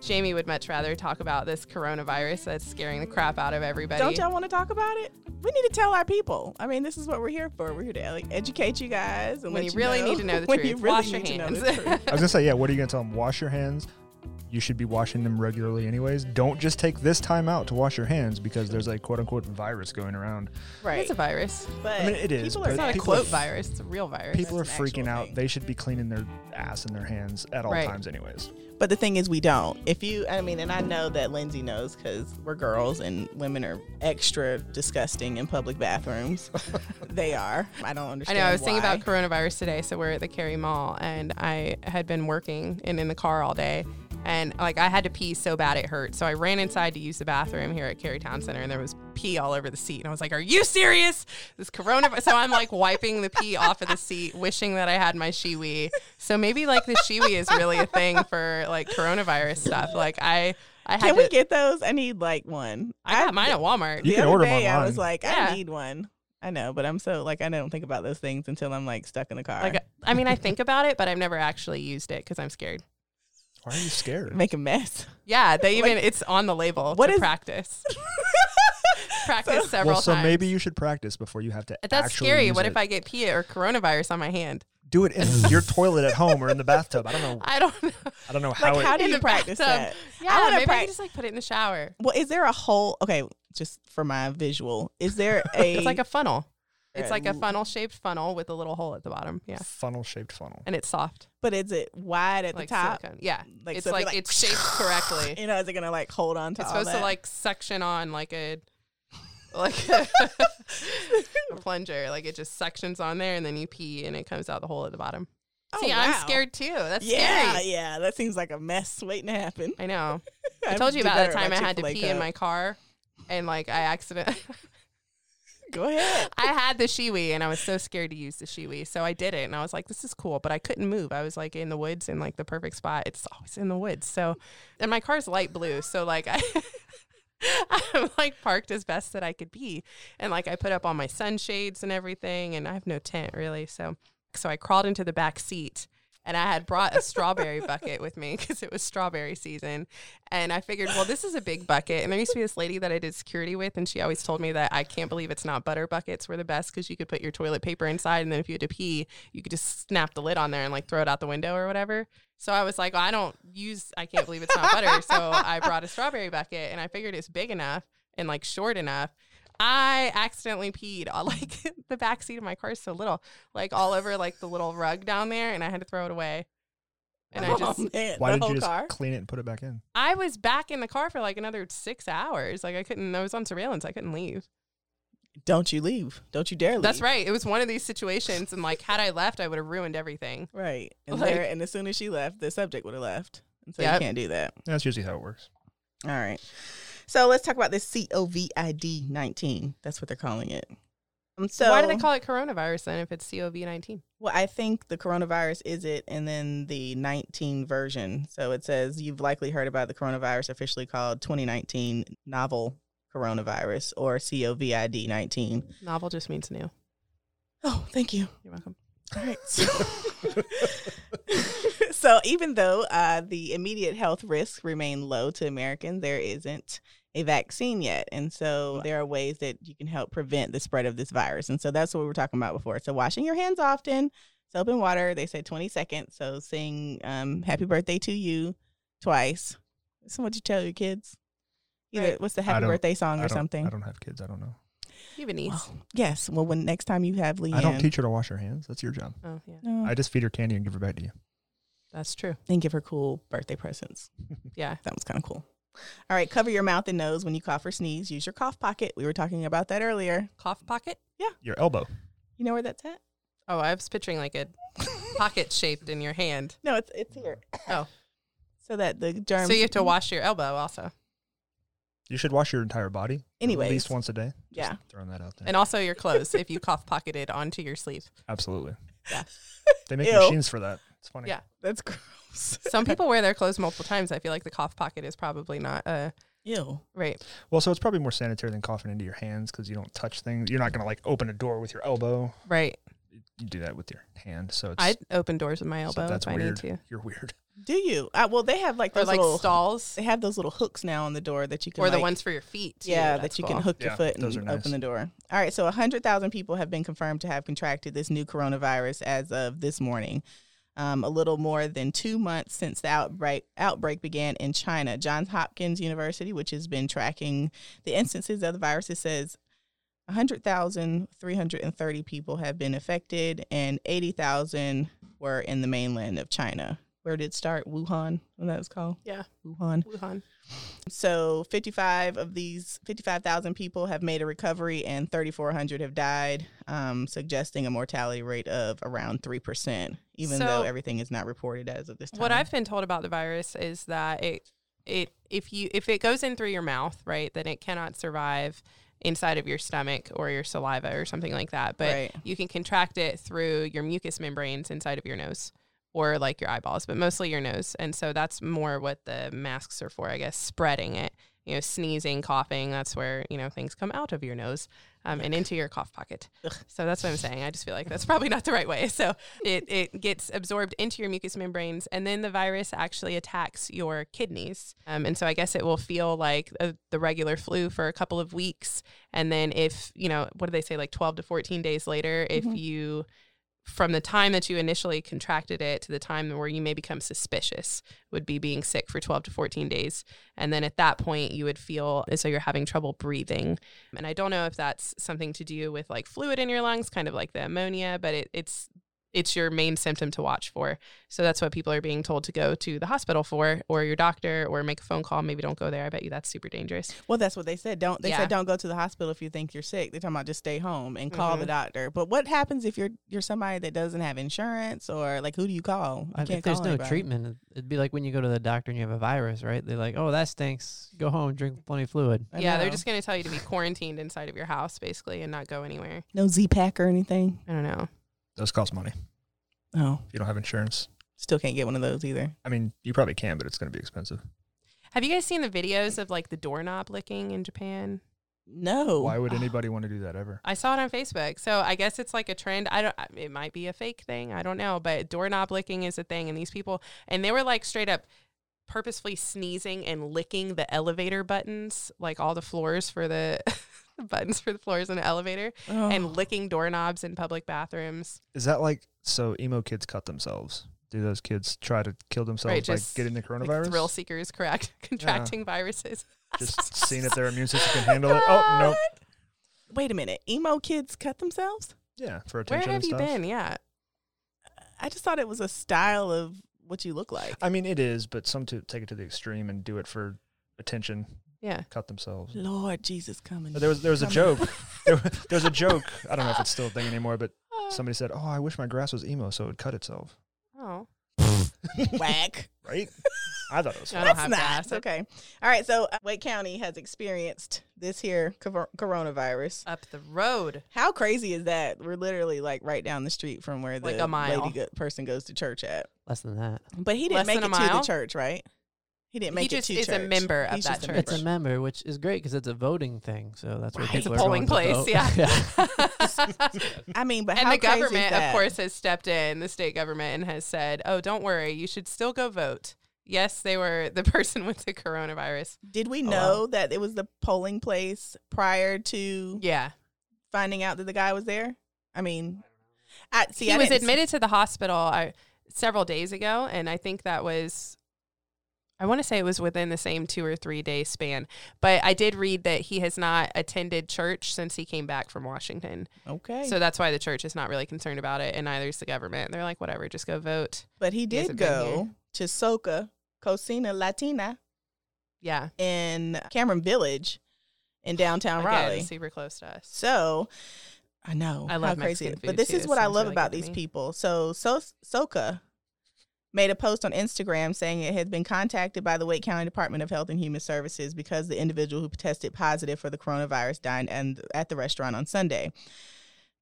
B: Jamie would much rather talk about this coronavirus that's scaring the crap out of everybody.
C: Don't y'all want to talk about it? We need to tell our people. I mean, this is what we're here for. We're here to like, educate you guys. And
B: When
C: let
B: you really
C: know-
B: need to know the
C: when
B: truth,
C: you really
B: wash
C: need
B: your
C: to know
B: hands.
C: the truth.
D: I was gonna say, yeah. What are you gonna tell them? Wash your hands. You should be washing them regularly, anyways. Don't just take this time out to wash your hands because there's a quote unquote virus going around.
C: right.
B: It's a virus.
C: But
D: I mean, it is,
C: People are
D: but
B: It's not a
D: People
B: quote
D: are-
B: virus. It's a real virus.
D: People are
C: That's an
D: freaking
C: actual
D: out.
C: thing.
D: They should be cleaning their ass and their hands at all
B: Right.
D: times, anyways.
C: But the thing is, we don't. If you, I mean, and I know that Lindsay knows because we're girls and women are extra disgusting in public bathrooms. they are. I don't
B: I
C: understand.
B: know. I was thinking
C: why.
B: about coronavirus today. So we're at the Cary Mall, and I had been working and in the car all day. And like I had to pee so bad it hurt. So I ran inside to use the bathroom here at Cary Town Center, and there was pee all over the seat. And I was like, Are you serious? This coronavirus. so I'm like wiping the pee off of the seat, wishing that I had my shiwi. So maybe like the shiwi is really a thing for like coronavirus stuff. Like I, I had
C: Can we
B: to-
C: get those? I need like one.
B: I got mine at Walmart.
C: the
D: You can
C: other
D: order 'em
C: day, I was
D: online.
C: like,
B: Yeah.
C: I need one. I know, but I'm so like I don't think about those things until I'm like stuck in the car.
B: Like I mean, I think about it, but I've never actually used it because I'm scared.
D: Why are you scared?
C: make a mess.
B: Yeah, they even it's on the label
C: What
B: to
C: is-
B: practice. practice several
D: well, so
B: times.
D: maybe you should practice before you have to.
B: that's
D: actually
B: scary.
D: use
B: What
D: it.
B: if I get pee or coronavirus on my hand?
D: do it in your toilet at home or in the bathtub? I don't know.
B: I don't know.
D: I don't know how
C: Like
D: it.
C: how do
B: In
C: you
B: the
C: practice
B: bathtub.
C: that?
B: Oh. Yeah,
C: wanna
B: maybe I
C: prac-
B: can just like put it in the shower.
C: Well, is there a whole okay? Just for my visual, is there a?
B: It's like a funnel. It's
C: Yeah.
B: like a funnel shaped funnel with a little hole at the bottom. Yeah,
D: Funnel shaped funnel.
B: and it's soft,
C: but is it wide at
B: like
C: the top?
B: silicone. Yeah,
C: Like,
B: it's
C: so if
B: like,
C: you're, like,
B: it's shaped correctly.
C: You know, is it gonna like hold on to
B: It's
C: all
B: supposed to
C: that?
B: like suction on like a like a, a plunger. Like it just suctions on there, and then you pee, and it comes out the hole at the bottom.
C: Oh,
B: See, I'm
C: wow.
B: scared too. That's
C: Yeah,
B: scary.
C: yeah, that seems like a mess waiting to happen.
B: I know. I told you about
C: that
B: that time I had to pee in my car, and like I accident,
C: Go ahead.
B: I had the shiwi, and I was so scared to use the shiwi, so I did it, and I was like, "This is cool," but I couldn't move. I was like in the woods, in like the perfect spot. It's always in the woods, so and my car's light blue, so like I. I'm like parked as best that I could be. And like I put up all my sunshades and everything and I have no tent really. So so I crawled into the back seat and I had brought a strawberry bucket with me because it was strawberry season. And I figured, well, this is a big bucket. And there used to be this lady that I did security with, and she always told me that I can't believe it's not butter buckets were the best because you could put your toilet paper inside, and then if you had to pee, you could just snap the lid on there and like throw it out the window or whatever. So I was like, I don't use, I can't believe it's not butter. So I brought a strawberry bucket, and I figured it's big enough and like short enough. I accidentally peed on like the back seat of my car is so little, like all over like the little rug down there, and I had to throw it away. And I just
C: oh, man,
D: Why
C: the
D: did
C: whole
D: you just
C: car?
D: clean it and put it back in?
B: I was back in the car for like another six hours. Like I couldn't. I was on surveillance. I couldn't leave.
C: Don't you leave? Don't you dare leave?
B: That's right. It was one of these situations, and like had I left, I would have ruined everything.
C: Right. And
B: Like-
C: there, and as soon as she left, the subject would have left. And so
B: Yep.
C: you can't do that.
D: That's usually how it works.
C: All right. So let's talk about this COVID nineteen. That's what they're calling it. Um, so
B: Why do they call it coronavirus then if it's COVID nineteen?
C: Well, I think the coronavirus is it, and then the 19 version. So it says you've likely heard about the coronavirus officially called 2019 novel coronavirus or COVID 19.
B: Novel just means new.
C: Oh, thank you.
B: You're welcome.
C: All right. So, so even though uh, the immediate health risks remain low to Americans, there isn't a vaccine yet. And so there are ways that you can help prevent the spread of this virus. And so that's what we were talking about before. So washing your hands often, soap and water, they say 20 seconds. So sing um, happy birthday to you twice. This is what you tell your kids. Either,
B: Right.
C: What's the
D: I
C: happy
D: don't-
C: birthday song
D: I
C: or
D: don't-
C: something?
D: I don't have kids. I don't know.
B: You have a niece.
C: Well, yes. Well, when next time you have Leanne.
D: I don't teach her to wash her hands. That's your job.
B: Oh yeah.
C: No.
D: I just feed her candy and give her back to you.
B: That's true.
C: and give her cool birthday presents.
B: Yeah.
C: That was kind of cool. All right, cover your mouth and nose when you cough or sneeze. Use your cough pocket. We were talking about that earlier.
B: Cough pocket?
D: Your elbow.
C: You know where that's at?
B: Oh, I was picturing like a pocket shaped in your hand.
C: No, it's it's here.
B: Oh.
C: so that the germs.
B: So you have to wash your elbow also.
D: You should wash your entire body. At
C: Anyways.
D: least once a day.
C: Yeah.
D: Throwing that out there.
B: And also your clothes if you cough pocketed onto your sleeve.
D: Absolutely.
B: Yeah.
D: They make
C: Ew.
D: machines for that. It's funny.
B: Yeah.
C: That's gross.
B: Some people wear their clothes multiple times. I feel like the cough pocket is probably not uh
C: Ew.
B: right.
D: Well, so it's probably more sanitary than coughing into your hands because you don't touch things. You're not going to like open a door with your elbow.
B: Right.
D: You do that with your hand. So it's
B: I'd open doors with my
D: so
B: elbow
D: that's
B: if I
D: weird.
B: need
D: You're weird.
C: Do you? Uh, well, they have like
B: to. Or
C: those
B: like
C: little.
B: stalls.
C: They have those little hooks now on the door that you can.
B: Or the
C: like-
B: ones for your feet. too.
C: Yeah,
B: That's
C: that you
B: cool.
C: can hook your
D: Yeah,
C: foot and
D: those are nice.
C: open the door. All right, so 100,000 people have been confirmed to have contracted this new coronavirus as of this morning. Um, a little more than two months since the outbreak outbreak began in China, Johns Hopkins University, which has been tracking the instances of the virus, it says 100,330 people have been affected and 80,000 were in the mainland of China. Where did it start? Wuhan, what that was called?
B: Yeah.
C: Wuhan.
B: Wuhan.
C: So 55 of these 55,000 people have made a recovery and 3,400 have died, um, suggesting a mortality rate of around 3%, even
B: So-
C: though everything is not reported as of this time.
B: What I've been told about the virus is that it it if you if it goes in through your mouth, right, then it cannot survive inside of your stomach or your saliva or something like that. But
C: Right.
B: you can contract it through your mucous membranes inside of your nose or like your eyeballs, but mostly your nose. And so that's more what the masks are for, I guess, spreading it. You know, sneezing, coughing, that's where, you know, things come out of your nose um, and into your cough pocket. So that's what I'm saying. I just feel like that's probably not the right way. So it, it gets absorbed into your mucous membranes, and then the virus actually attacks your kidneys. Um, and so I guess it will feel like uh the regular flu for a couple of weeks. And then, if, you know, what do they say, like 12 to 14 days later, if
C: Mhm.
B: you, from the time that you initially contracted it to the time where you may become suspicious, would be being sick for 12 to 14 days. And then at that point, you would feel as though you're having trouble breathing. And I don't know if that's something to do with like fluid in your lungs, kind of like the ammonia, but it, it's it's your main symptom to watch for. So that's what people are being told to go to the hospital for, or your doctor, or make a phone call. Maybe don't go there. I bet you that's super dangerous.
C: well, that's what they said. Don't they
B: Yeah.
C: said don't go to the hospital if you think you're sick. They're talking about just stay home and call
B: Mhm.
C: the doctor. But what happens if you're you're somebody that doesn't have insurance or like who do you call? You
E: I- if there's
C: call
E: no
C: anybody.
E: treatment, it'd be like when you go to the doctor and you have a virus, right? They're like, "Oh, that stinks. Go home, drink plenty of fluid."
C: I
B: yeah, they're
C: know.
B: just going to tell you to be quarantined inside of your house, basically, and not go anywhere.
C: no Z pack or anything.
B: I don't know.
D: Those cost money
C: Oh,
D: if you don't have insurance.
C: still can't get one of those either.
D: I mean, you probably can, but it's going to be expensive.
B: Have you guys seen the videos of like the doorknob licking in Japan?
C: No.
D: Why would anybody want to do that ever?
B: I saw it on Facebook. So I guess it's like a trend. I don't. It might be a fake thing. I don't know. But doorknob licking is a thing, and these people and they were like straight up purposefully sneezing and licking the elevator buttons, like all the floors for the buttons for the floors in the elevator,
C: Oh.
B: and licking doorknobs in public bathrooms.
D: Is that like so emo kids cut themselves? Do those kids try to kill themselves
B: Right,
D: by
B: just
D: getting the
B: Like,
D: coronavirus?
B: thrill seekers, correct? Contracting viruses.
D: Just seeing if their immune system can handle it. Oh no!
C: Wait a minute. Emo kids cut themselves?
D: Yeah, for
B: Where
D: attention.
B: have
D: and
B: you
D: stuff.
B: been? Yeah.
C: I just thought it was a style of what you look like.
D: I mean, it is, but some to take it to the extreme and do it for attention,
B: Yeah.
D: cut themselves.
C: Lord Jesus coming.
D: But there was there was a joke. There, wa- there was a joke. I don't know if it's still a thing anymore, but somebody said, "Oh, I wish my grass was emo, so it would cut itself."
B: Oh.
C: Whack.
D: Right? I thought it was.
B: I
D: Funny.
B: don't
C: That's
B: have
C: not.
B: grass.
C: Okay. All right. So uh, Wake County has experienced this here cor- coronavirus.
B: Up the road.
C: How crazy is that? We're literally like right down the street from where the
B: Like a mile.
C: lady go- person goes to church at.
E: Less than that.
C: But he
B: Less
C: didn't make
B: than
C: it
B: a
C: to the
B: mile?
C: church, right? He didn't
B: He
C: make it
B: just
C: to
B: is a
C: church.
B: member of
C: He's
B: that
C: just a
B: church.
E: It's a
C: member.
E: member, which is great because it's a voting thing. So that's where
C: Right. It's
E: people
C: a
E: are
B: polling
E: going to
B: place.
E: vote.
B: Yeah.
C: I mean, but
B: and
C: how
B: the
C: crazy is
B: government, of
C: that?
B: course, has stepped in, the state government, and has said, oh, don't worry, you should still go vote. Yes, they were the person with the coronavirus.
C: Did we
B: Oh,
E: wow.
C: know that it was the polling place prior to
B: Yeah.
C: finding out that the guy was there? I mean, I see.
B: he
C: I
B: was
C: didn't-
B: admitted to the hospital uh, several days ago, and I think that was I want to say it was within the same two or three day span, but I did read that he has not attended church since he came back from Washington.
C: Okay.
B: So that's why the church is not really concerned about it, and neither is the government. They're like, whatever, just go vote.
C: but he did
B: hasn't been
C: go to Soca, Cocina Latina
B: Yeah.
C: in Cameron Village in downtown
B: Again,
C: Raleigh.
B: super close to us.
C: So I know
B: I love
C: how crazy, it
B: Mexican
C: is.
B: food,
C: but this
B: too.
C: is
B: It
C: what I
B: sounds
C: love
B: really
C: about
B: good to
C: these
B: me.
C: people. So, so Soka made a post on Instagram saying it had been contacted by the Wake County Department of Health and Human Services because the individual who tested positive for the coronavirus dined and at the restaurant on Sunday.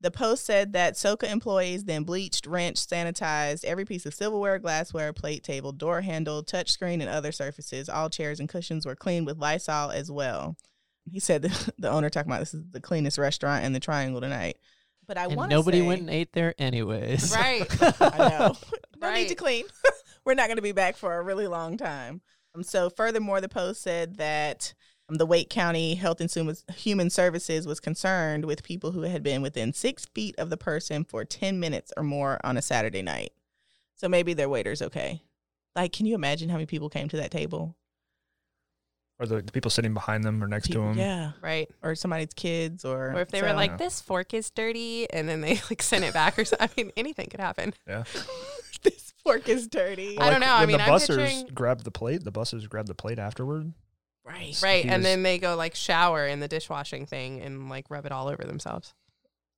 C: The post said that Soka employees then bleached, wrenched, sanitized every piece of silverware, glassware, plate, table, door handle, touchscreen, and other surfaces. All chairs and cushions were cleaned with Lysol as well. He said the, the owner talking about this is the cleanest restaurant in the triangle tonight. But I
E: and
C: want
E: nobody
C: say,
E: went and ate there anyways.
B: Right.
C: I know. no need to
B: Right.
C: clean. We're not going to be back for a really long time. Um, so, furthermore, the post said that um, the Wake County Health and Sum- Human Services was concerned with people who had been within six feet of the person for 10 minutes or more on a Saturday night. So maybe their waiter's okay. Like, can you imagine how many people came to that table?
D: Or the, the people sitting behind them or next to
C: People-
D: them.
C: Yeah.
B: Right.
C: Or somebody's kids or.
B: Or if they
C: so-
B: were like, this fork is dirty, and then they like sent it back or something. I mean, anything could happen.
C: this fork is dirty.
B: I don't know. I
D: When
B: mean,
D: the
B: I'm
D: bussers
B: picturing-
D: grabbed the plate, the bussers grabbed the plate afterward.
C: Right.
B: Right.
D: He
B: and
D: was-
B: then they go like shower in the dishwashing thing and like rub it all over themselves.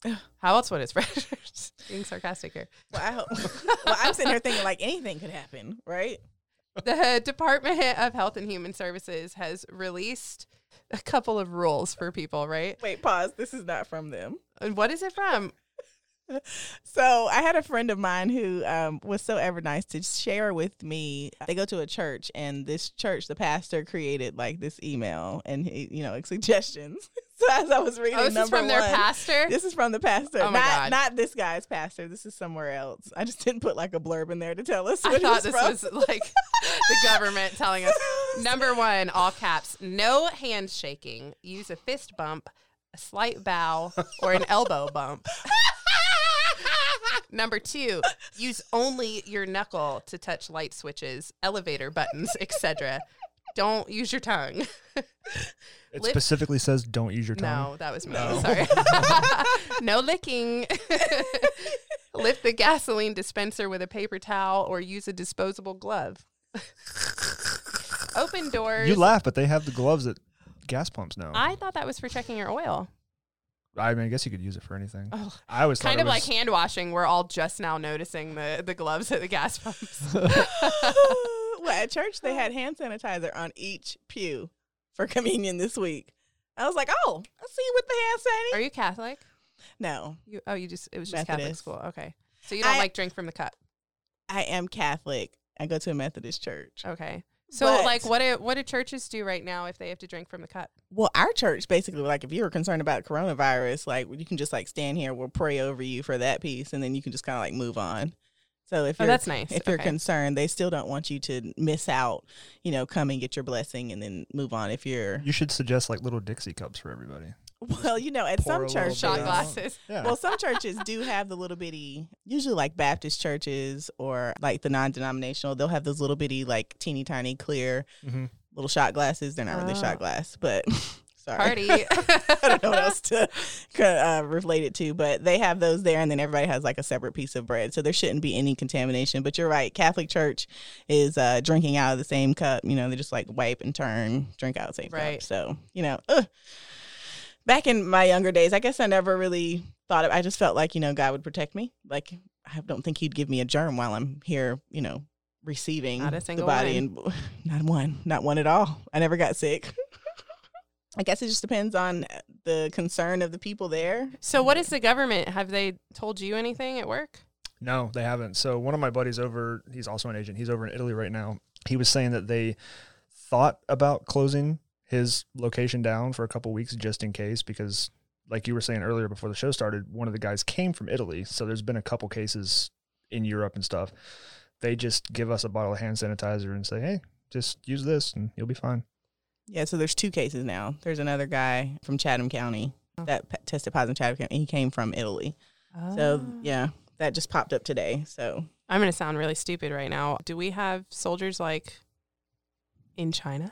B: How else would it spread? Just Being sarcastic here.
C: Well, I hope. well, I'm sitting there thinking like anything could happen, right?
B: The Department of Health and Human Services has released a couple of rules for people, right?
C: Wait, pause. This is not from them.
B: And What is it from?
C: So I had a friend of mine who um, was so ever nice to share with me. They go to a church, and this church, the pastor created like this email and he, you know like, suggestions. so as I was reading,
B: Oh, this is
C: number
B: from their
C: one-
B: pastor.
C: This is from the pastor,
B: Oh my
C: not
B: God.
C: not this guy's pastor. This is somewhere else. I just didn't put like a blurb in there to tell us. What
B: I
C: it
B: thought
C: was
B: this
C: from.
B: was like the government telling us. Number one, all caps, no handshaking. Use a fist bump, a slight bow, or an elbow bump. Number two, use only your knuckle to touch light switches, elevator buttons, etc. Don't use your tongue.
D: It
B: Lip-
D: specifically says don't use your tongue.
B: No, that was me. Sorry. no licking. Lift the gasoline dispenser with a paper towel or use a disposable glove. Open doors.
D: You laugh, but they have the gloves at gas pumps now.
C: Oh.
D: I,
B: I thought that was for checking your oil.
D: mean, I guess you could use it for anything.
B: Oh,
D: I was
B: kind of like hand washing. We're all just now noticing the, the gloves at the gas pumps.
C: well, at church they had hand sanitizer on each pew for communion this week. I was like, oh, I see you with the hand
B: Are
C: sanitizer.
B: you Catholic?
C: No,
B: You oh you just it was just Catholic
C: Methodist.
B: school. Okay. So you don't
C: I-
B: like drink from the cup.
C: I am Catholic. I go to a Methodist church.
D: Oh.
B: Okay. So
C: But-
B: like what do what do churches do right now if they have to drink from the cup?
C: Well, our church basically, like, if you were concerned about coronavirus, like, you can just like stand here. We'll pray over you for that piece, and then you can just kind of like move on. So if
B: Oh,
C: you're
B: that's nice.
C: if you're
B: Okay.
C: concerned, they still don't want you to miss out. You know, come and get your blessing, and then move on. If you're
D: You should suggest like little Dixie cups for everybody.
C: well, you know, at
D: Pour a
C: some
D: little
C: churches,
B: shot
D: Yeah.
B: glasses.
D: Yeah.
C: Well, some churches do have the little bitty, usually like Baptist churches or like the non denominational, they'll have those little bitty, like teeny tiny clear
D: Mhm.
C: little shot glasses. They're not really
B: Ah.
C: shot glass, but sorry.
B: party.
C: I don't know what else to uh, relate it to, but they have those there, and then everybody has like a separate piece of bread. So there shouldn't be any contamination. But you're right, Catholic Church is uh, drinking out of the same cup. You know, they just like wipe and turn, drink out of the same
B: Right.
C: cup. So, you know, ugh. back in my younger days, I guess I never really thought of I just felt like, you know, God would protect me. Like, I don't think He'd give me a germ while I'm here, you know, receiving
B: Not a
C: the
B: single
C: body.
B: one.
C: And not one, not one at all. I never got sick. I guess it just depends on uh, the concern of the people there.
B: So, what is the government? Have they told you anything at work?
D: No, they haven't. So one of my buddies over, he's also an agent. He's over in Italy right now. He was saying that they thought about closing his location down for a couple weeks just in case because like you were saying earlier before the show started, one of the guys came from Italy. So there's been a couple cases in Europe and stuff. They just give us a bottle of hand sanitizer and say, "Hey, just use this and you'll be fine."
C: Yeah, so there's two cases now. There's another guy from Chatham County that p- tested positive in Chatham County. and He came from Italy. So,
B: Ah.
C: yeah, that just popped up today. So,
B: I'm going to sound really stupid right now. Do we have soldiers like in China?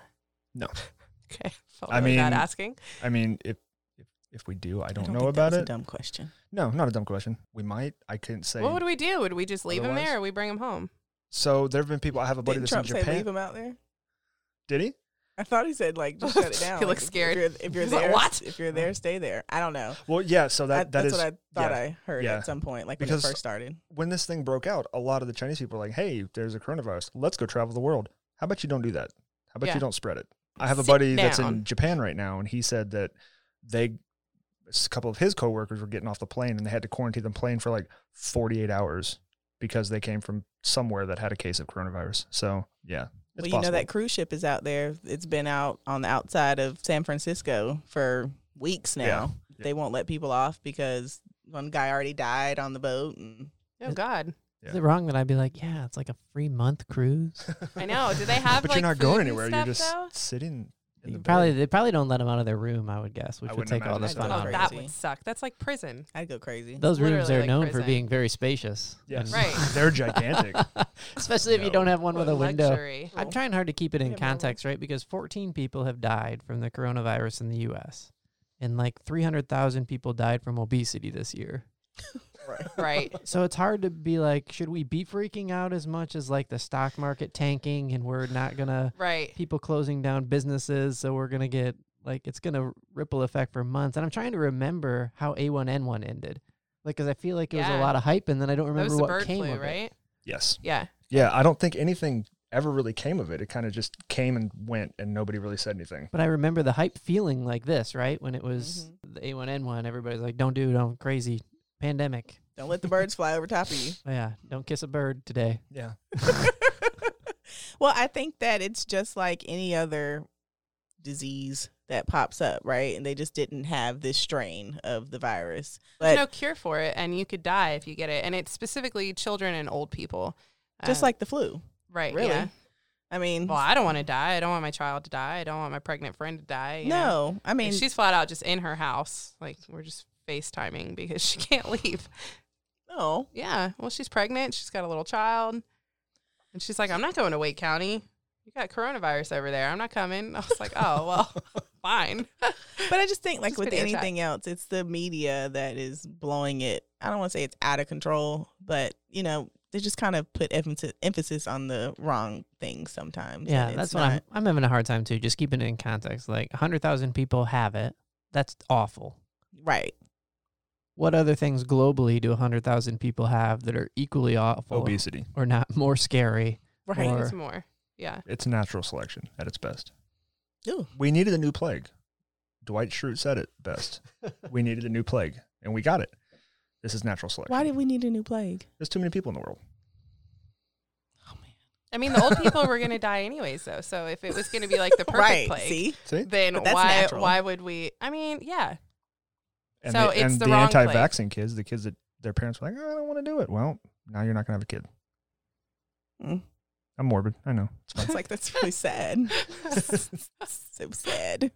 D: No.
B: okay. Felt
D: I
B: really bad
D: mean-
B: asking.
D: I mean, if if, if we do, I don't,
C: think
D: know
C: that
D: about
C: was a
D: it.
C: dumb question.
D: No, not a dumb question. We might. I couldn't say.
B: What would we do? Would we just leave him
D: Otherwise-
B: there or we bring him home?
D: so there have been people. I have a buddy
C: Didn't Trump
D: that's in
C: say leave
D: Japan.
C: him out there?
D: Did he?
C: I thought he said like just shut it down.
B: He
C: like,
B: looks
C: if-
B: scared.
C: If you're, if you're
B: He's like,
C: there,
B: "What?"
C: if you're there, stay there. I don't know.
D: Well, yeah. So
C: I-
D: that that
C: that's
D: is
C: what I thought
D: yeah.
C: I heard
D: yeah.
C: at some point, like
D: Because-
C: when it first started.
D: when this thing broke out. A lot of the Chinese people were like, "Hey, there's a coronavirus. Let's go travel the world. How about you don't do that? How about
B: Yeah.
D: you don't spread it?" I have a
B: Sit
D: buddy that's in
B: down.
D: Japan right now, and he said that they a couple of his coworkers were getting off the plane, and they had to quarantine the plane for like 48 hours because they came from somewhere that had a case of coronavirus. So yeah, it's
C: well, you
D: possible.
C: know that cruise ship is out there. It's been out on the outside of San Francisco for weeks now.
D: Yeah. Yeah.
C: They won't let people off because one guy already died on the boat, and
B: Oh God.
D: Yeah.
E: Is it wrong that I'd be like, yeah, it's like a free month cruise?
B: I know. Do they have
D: but
B: like
D: you're not
B: food
D: going
B: and
D: anywhere.
B: Stuff,
D: you're just
B: though?
D: sitting in the
E: probably
D: bed.
E: they probably don't let them out of their room. I would guess, which
D: I
E: would
D: wouldn't
E: take all the
D: imagine
E: fun
C: so.
E: out
B: Oh,
E: of it.
B: that
C: crazy.
B: would suck. That's like prison.
C: I'd go crazy.
E: Those rooms
B: Literally
E: are
B: like
E: known for
B: prison.
E: being very spacious.
D: Yes.
E: and-
B: Right.
D: They're gigantic.
E: Especially if you
D: No.
E: don't have one with a window.
B: Luxury.
E: I'm trying hard to keep it in
C: Yeah, but I won't.
E: context, right? Because 14 people have died from the coronavirus in the U.S. and like 300,000 people died from obesity this year.
B: Right.
E: So it's hard to be like, should we be freaking out as much as like the stock market tanking and we're not gonna
B: Right.
E: people closing down businesses, so we're gonna get like it's gonna ripple effect for months. And I'm trying to remember how A1N1 ended, like because I feel like it was
B: Yeah.
E: a lot of hype, and then I don't
B: That
E: remember
B: was the
E: what
B: bird
E: came
B: flu,
E: of it.
B: right?
D: yes.
B: Yeah.
D: Yeah, I don't think anything ever really came of it. It kind of just came and went, and nobody really said anything.
E: But I remember the hype feeling like this, right? When it was
B: Mm-hmm.
E: the A1N1, everybody's like, "Don't do, don't crazy pandemic."
C: Don't let the birds fly over top of you.
E: Oh, yeah, don't kiss a bird today.
D: Yeah,
C: well, I think that it's just like any other disease that pops up, right? And they just didn't have this strain of the virus. But
B: There's no cure for it, and you could die if you get it. And it's specifically children and old people.
C: just
B: Uh,
C: like the flu,
B: right,
C: really.
B: yeah.
C: I mean,
B: Well, I don't want to die. I don't want my child to die. I don't want my pregnant friend to die. you know?
C: no, I mean,
B: And she's flat out just in her house. Like we're just FaceTiming because she can't leave.
C: no.
B: Yeah. Well, she's pregnant. She's got a little child. And she's like, I'm not going to Wake County. You got coronavirus over there. I'm not coming. I was like, oh, well, fine.
C: But I just think, like
B: Just
C: with
B: video chat.
C: anything else, it's the media that is blowing it. I don't want to say it's out of control, but you know, they just kind of put emphasis emphasis on the wrong things sometimes.
E: Yeah,
C: and
E: that's
C: it's
E: what I'm. I'm having a hard time too. Just keeping it in context, like 100,000 people have it. That's awful.
C: right.
E: What other things globally do 100,000 people have that are equally awful
D: obesity.
E: or not more
B: I
E: scary?
C: Right.
B: think it's
E: Or-
B: more. Yeah.
D: It's natural selection at its best.
C: Ooh.
D: We needed a new plague. Dwight Schrute said it best. we needed a new plague, and we got it. This is natural selection.
C: Why did we need a new plague?
D: There's too many people in the world.
B: I mean, the old people were going to die anyways, though. So if it was going to be like the perfect
C: right.
B: plague,
C: See,
D: See,
B: then
C: But that's
B: why
C: natural.
B: why would we? I mean, yeah,
D: and
B: so
D: the,
B: it's
D: and
B: the wrong plague.
D: anti-vaccine kids, the kids that their parents were like, "Oh, I don't want to do it. Well, now you're not gonna have a kid.
C: Mm.
D: I'm morbid. I know.
C: it's like that's really sad. so sad.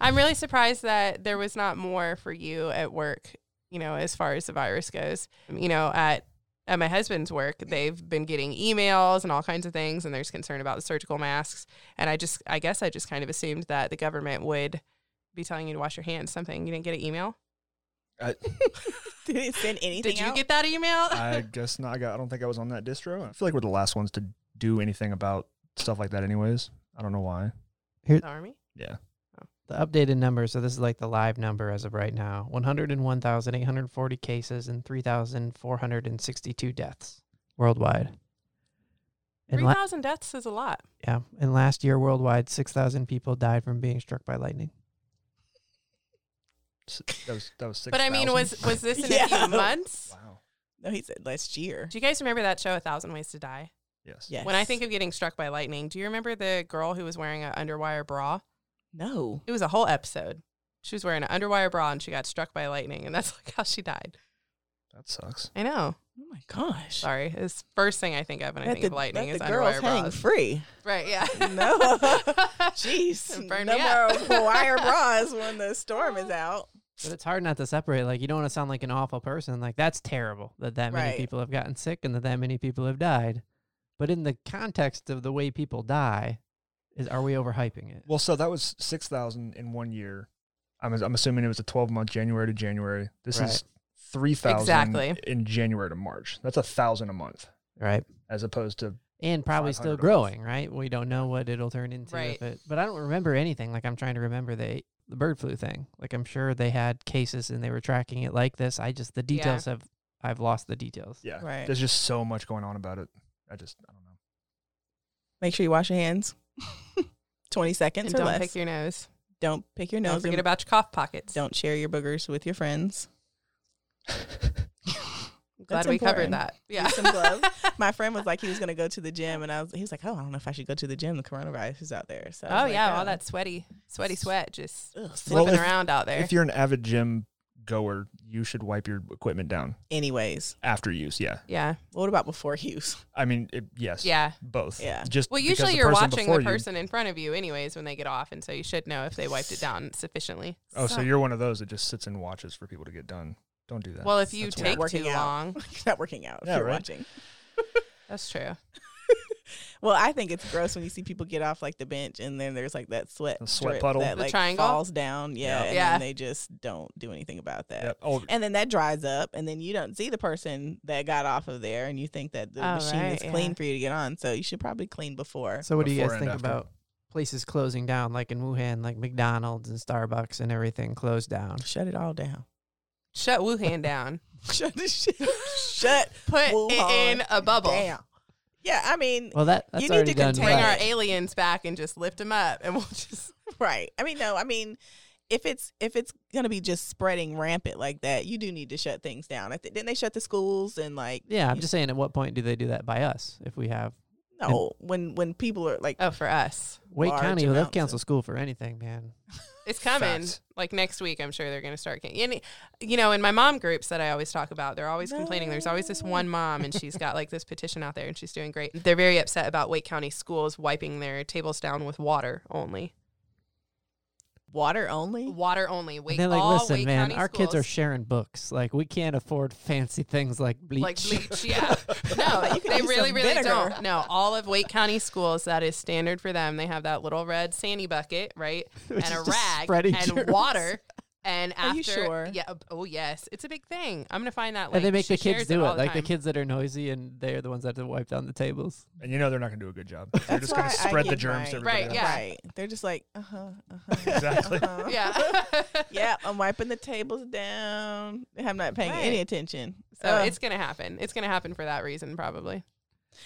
B: I'm really surprised that there was not more for you at work. You know, as far as the virus goes, Um, you know, at at my husband's work, they've been getting emails and all kinds of things, and there's concern about the surgical masks. And I just, I guess, I just kind of assumed that the government would be telling you to wash your hands. Something you didn't get an email?
C: Did it send anything?
B: Did you
C: out?
B: get that email?
D: I guess not. I, got, I don't think I was on that distro. I feel like we're the last ones to do anything about stuff like that, anyways. I don't know why.
B: The army.
D: Yeah.
E: The updated number, so this is like the live number as of right now 101,840 cases and 3,462 deaths worldwide. And
B: Three
E: la-
B: thousand deaths is a lot.
E: yeah, and last year worldwide, 6,000 people died from being struck by lightning.
D: S- That was that was six.
B: But I mean, was was this in a
C: Yeah.
B: few months?
D: wow.
C: No, he said last year.
B: Do you guys remember that show, A Thousand Ways to Die?
D: Yes.
C: Yes.
B: When I think of getting struck by lightning, do you remember the girl who was wearing an underwire bra?
C: no,
B: It was a whole episode. She was wearing an underwire bra and she got struck by lightning, and that's like how she died.
D: That sucks.
B: I know.
C: oh my gosh.
B: Sorry, it's first thing I think of when I
C: Let
B: think of
C: the-
B: lightning
C: let
B: is
C: the girls
B: underwire
C: hang
B: bras.
C: free.
B: Right? Yeah.
C: No. Jeez,
B: Burn
C: no
B: me up.
C: more wire bras when the storm is out.
E: But it's hard not to separate. Like, you don't want to sound like an awful person. Like, that's terrible that that many
C: Right.
E: people have gotten sick and that that many people have died. But in the context of the way people die, Is are we overhyping it?
D: Well, so that was 6,000 in one year. I'm, I'm assuming it was a 12 month January to January. This
E: Right.
D: is 3,000
B: Exactly.
D: in January to March. That's a 1,000 a month
E: Right.
D: as opposed to
E: And probably still
D: 500
E: growing, right? We don't know what it'll turn into.
B: Right.
E: If it, but I don't remember anything. Like I'm trying to remember the the bird flu thing. Like I'm sure they had cases and they were tracking it like this. I just the
B: Yeah.
E: details have I've lost the details.
D: Yeah.
C: Right.
D: There's just so much going on about it. I just, I don't know.
C: Make sure you wash your hands. 20 seconds
B: And
C: or
B: don't
C: less.
B: pick your nose.
C: don't pick your nose.
B: Don't forget
C: and
B: about your cough pockets.
C: don't share your boogers with your friends.
B: I'm glad
C: That's
B: we
C: important.
B: covered that. Yeah.
C: some gloves. My friend was like, he was going to go to the gym, and I was, he was like, oh, I don't know if I should go to the gym. The coronavirus is out there. So I was
B: oh
C: like,
B: yeah, all
C: oh,
B: that sweaty, sweaty sweat just
C: ugh,
D: Well,
B: flipping
D: if-
B: around out there.
D: If you're an avid gym goer, you should wipe your equipment down
C: Anyways,
D: after use. Yeah.
B: Yeah,
C: what about before use?
D: I mean, it, yes.
B: yeah.
D: Both.
C: Yeah.
D: Just
B: Well,
D: because
B: usually
D: the
B: you're
D: person
B: watching
D: before
B: the
D: you-
B: person in front of you, anyways, when they get off, and so you should know if they wiped it down sufficiently.
D: oh, so you're one of those that just sits and watches for people to get done. Don't do that.
B: Well, if you
D: That's
B: take
C: weird.
B: too
C: Working out.
B: long,
C: You're not working out if
D: Yeah,
C: you're
D: right.
C: watching.
B: that's true.
C: Well, I think it's gross when you see people get off like the bench and then there's like that sweat
D: The sweat
C: drip
D: puddle.
C: that
B: The
C: like
B: triangle?
C: falls down. Yeah,
D: Yeah.
C: and
B: Yeah.
C: Then they just don't do anything about that.
D: Yeah. Oh,
C: And then that dries up, and then you don't see the person that got off of there, and you think that the
B: Oh,
C: machine
B: right,
C: is clean
B: yeah.
C: for you to get on. So you should probably clean before.
E: So what do you
D: Before and
E: guys think
D: after.
E: about places closing down, like in Wuhan, like McDonald's and Starbucks and everything closed down?
C: Shut it all down.
B: Shut Wuhan down.
C: Shut the shit. Shut
B: Put
C: Wuhan
B: it in a bubble.
C: down. Yeah, I mean,
E: Well, that that's
C: need to
E: already done.
C: contain
B: Bring
E: but-
B: our aliens back and just lift them up, and we'll just
C: right. I mean, no, I mean, if it's if it's gonna be just spreading rampant like that, you do need to shut things down. I thi- didn't they shut the schools and like
E: yeah, I'm just saying. At what point do they do that by us? If we have
C: No, when when people are like,
B: oh for us,
E: Wake
C: Large
E: County, well, they'll
C: amounts of-
E: cancel school for anything, man.
B: it's coming.
D: Fact.
B: Like next week, I'm sure they're going to start. Can- and, you know, in my mom groups that I always talk about, they're always complaining. There's always this one mom, and she's got like this petition out there, and she's doing great. They're very upset about Wake County schools wiping their tables down with water only.
C: water only.
B: Water only. Wake
E: and they're
B: all
E: like, listen,
B: Wake
E: man,
B: County
E: our kids are
B: schools-
E: sharing books. Like, we can't afford fancy things like bleach.
B: like bleach, yeah. No,
C: But you can
B: they
C: use
B: really,
C: some
B: really
C: vinegar.
B: don't. No, all of Wake County schools that is standard for them. They have that little red sandy bucket, right,
E: Which
B: and a
E: is just
B: rag
E: spreading
B: and
E: germs.
B: water. And
C: Are
B: after,
C: you sure?
B: yeah, oh yes, it's a big thing. I'm gonna find that. Link.
E: and they make
B: She
E: the kids
B: shares
E: do
B: all
E: it. Like, the
B: time.
E: kids that are noisy and they're the ones that have to wipe down the tables.
D: and you know they're not going to do a good job. They're
C: That's
D: just going
C: why
D: to
C: I
D: spread the
C: get
D: germs
C: my-
D: to everybody.
B: Right,
D: else.
B: yeah.
C: Right. They're just like, uh huh, uh huh.
D: Exactly.
C: Uh-huh.
B: Yeah.
C: yeah, I'm wiping the tables down. I'm not paying
B: Right.
C: any attention.
B: so
C: Ugh.
B: it's gonna happen. It's gonna happen for that reason, probably.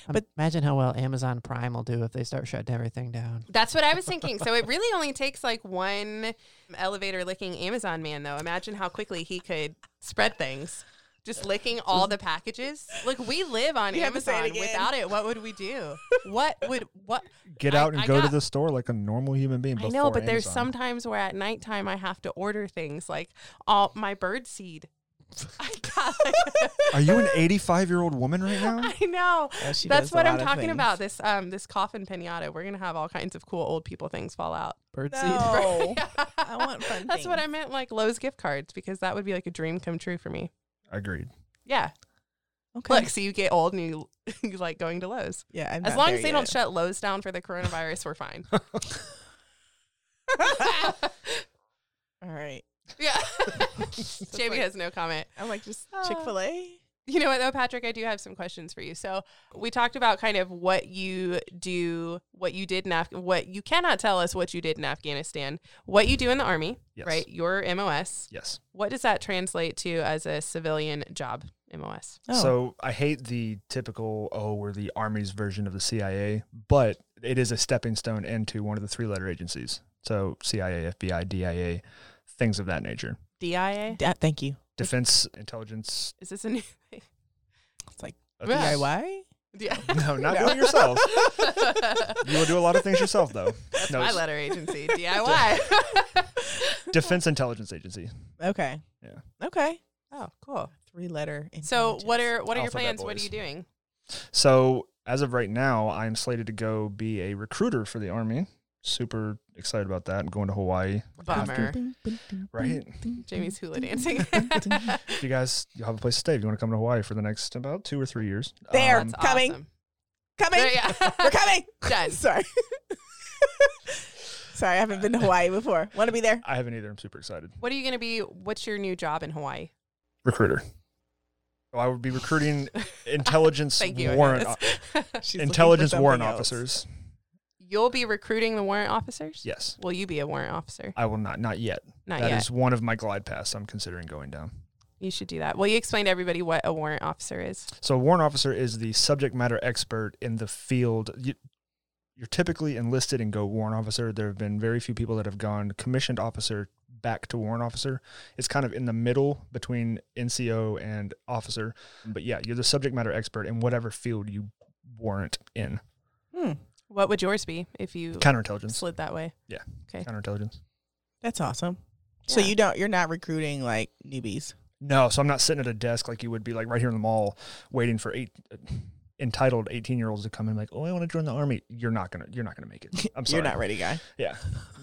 E: But
C: But-
E: imagine how well Amazon Prime will do if they start shutting everything down.
B: That's what I was thinking. So it really only takes like one elevator licking Amazon man, though. Imagine how quickly he could spread things. Just licking all the packages. Look, we live on
C: You have to say it
B: Amazon.
C: again.
B: Without it, what would we do? What would what?
D: Get
B: I-
D: out and
B: I
D: go to
B: got-
D: the store like a normal human being.
B: I know,
D: before
B: but there's
D: Amazon.
B: sometimes where at nighttime I have to order things like all my bird seed. I got.
D: Are you an 85 year old woman right now?
B: I know.
C: Yeah, she
B: That's
C: does a
B: what I'm
C: lot of
B: talking
C: things.
B: about. This um this coffin pinata. We're gonna have all kinds of cool old people things fall out.
E: Birdseed.
C: No, I want fun.
B: That's what I
C: things.
B: meant, like Lowe's gift cards, because that would be like a dream come true for me.
D: Agreed.
B: Yeah.
C: Okay.
B: Look, so you get old and you, you like going to Lowe's.
C: yeah, I'm
B: As
C: not
B: long
C: there
B: as they don't
C: yet.
B: shut Lowe's down for the coronavirus, we're fine.
C: All right.
B: yeah. Jamie has no comment.
C: I'm like just
B: Uh,
C: Chick Fil A.
B: You know what, though, Patrick? I do have some questions for you. So we talked about kind of what you do, what you did in Af- what you cannot tell us what you did in Afghanistan, what you do in the army,
D: Yes.
B: right? Your MOS.
D: Yes.
B: What does that translate to as a civilian job? MOS.
C: Oh.
D: So I hate the typical, oh, we're the Army's version of the CIA, but it is a stepping stone into one of the three letter agencies. So CIA, FBI, DIA, things of that nature.
B: DIA.
C: Da- Uh, thank you.
D: Defense, intelligence.
B: Is this a new thing?
C: It's like
B: Yeah.
C: DIY.
B: Yeah.
D: No, not do it yourself. You will do a lot of things yourself, though. no,
B: My
D: it's
B: letter agency, DIY.
D: Defense Intelligence Agency.
C: Okay.
D: Yeah.
C: Okay.
B: oh, cool.
C: Three letter.
B: So, what are what are your
D: Alphabet
B: plans? What are
D: boys.
B: you doing?
D: So as of right now, I'm slated to go be a recruiter for the Army. Super excited about that. I'm going to Hawaii.
B: Bummer.
C: Mm-hmm.
D: Right.
B: Jamie's hula dancing.
D: If you guys you have a place to stay, if you want to come to Hawaii for the next about two or three years. Um,
C: There.
B: That's
C: Coming.
B: awesome.
C: coming?
B: There- yeah.
C: We're coming.
B: Done.
C: Sorry. Sorry, I haven't
B: Uh,
C: been to Hawaii before. Want to be there?
D: I haven't either. I'm super excited.
B: What are you going to be? What's your new job in Hawaii?
D: Recruiter. So I would be recruiting intelligence
B: Thank you. I
D: warrant
B: know this.
C: She's looking for
D: intelligence
C: something
D: warrant
C: else.
D: officers.
B: You'll be recruiting the warrant officers?
D: Yes.
B: Will you be a warrant officer?
D: I will not. Not yet. That
B: Not yet.
D: is one of my glide paths I'm considering going down.
B: you should do that. Will you explain to everybody what a warrant officer is?
D: So, a warrant officer is the subject matter expert in the field. You, you're typically enlisted and go warrant officer. There have been very few people that have gone commissioned officer back to warrant officer. It's kind of in the middle between NCO and officer. But yeah, you're the subject matter expert in whatever field you warrant in.
C: Hmm.
B: What would yours be if you
D: Counterintelligence.
B: slid that way?
D: Counterintelligence.
C: That's awesome. So
B: Yeah.
C: you don't you're not recruiting like newbies.
D: No, so I'm not sitting at a desk like you would be like right here in the mall waiting for eight uh, entitled 18 year olds to come in like oh i want to join the army you're not gonna you're not gonna make it i'm sorry
C: You're not ready, guy.
D: yeah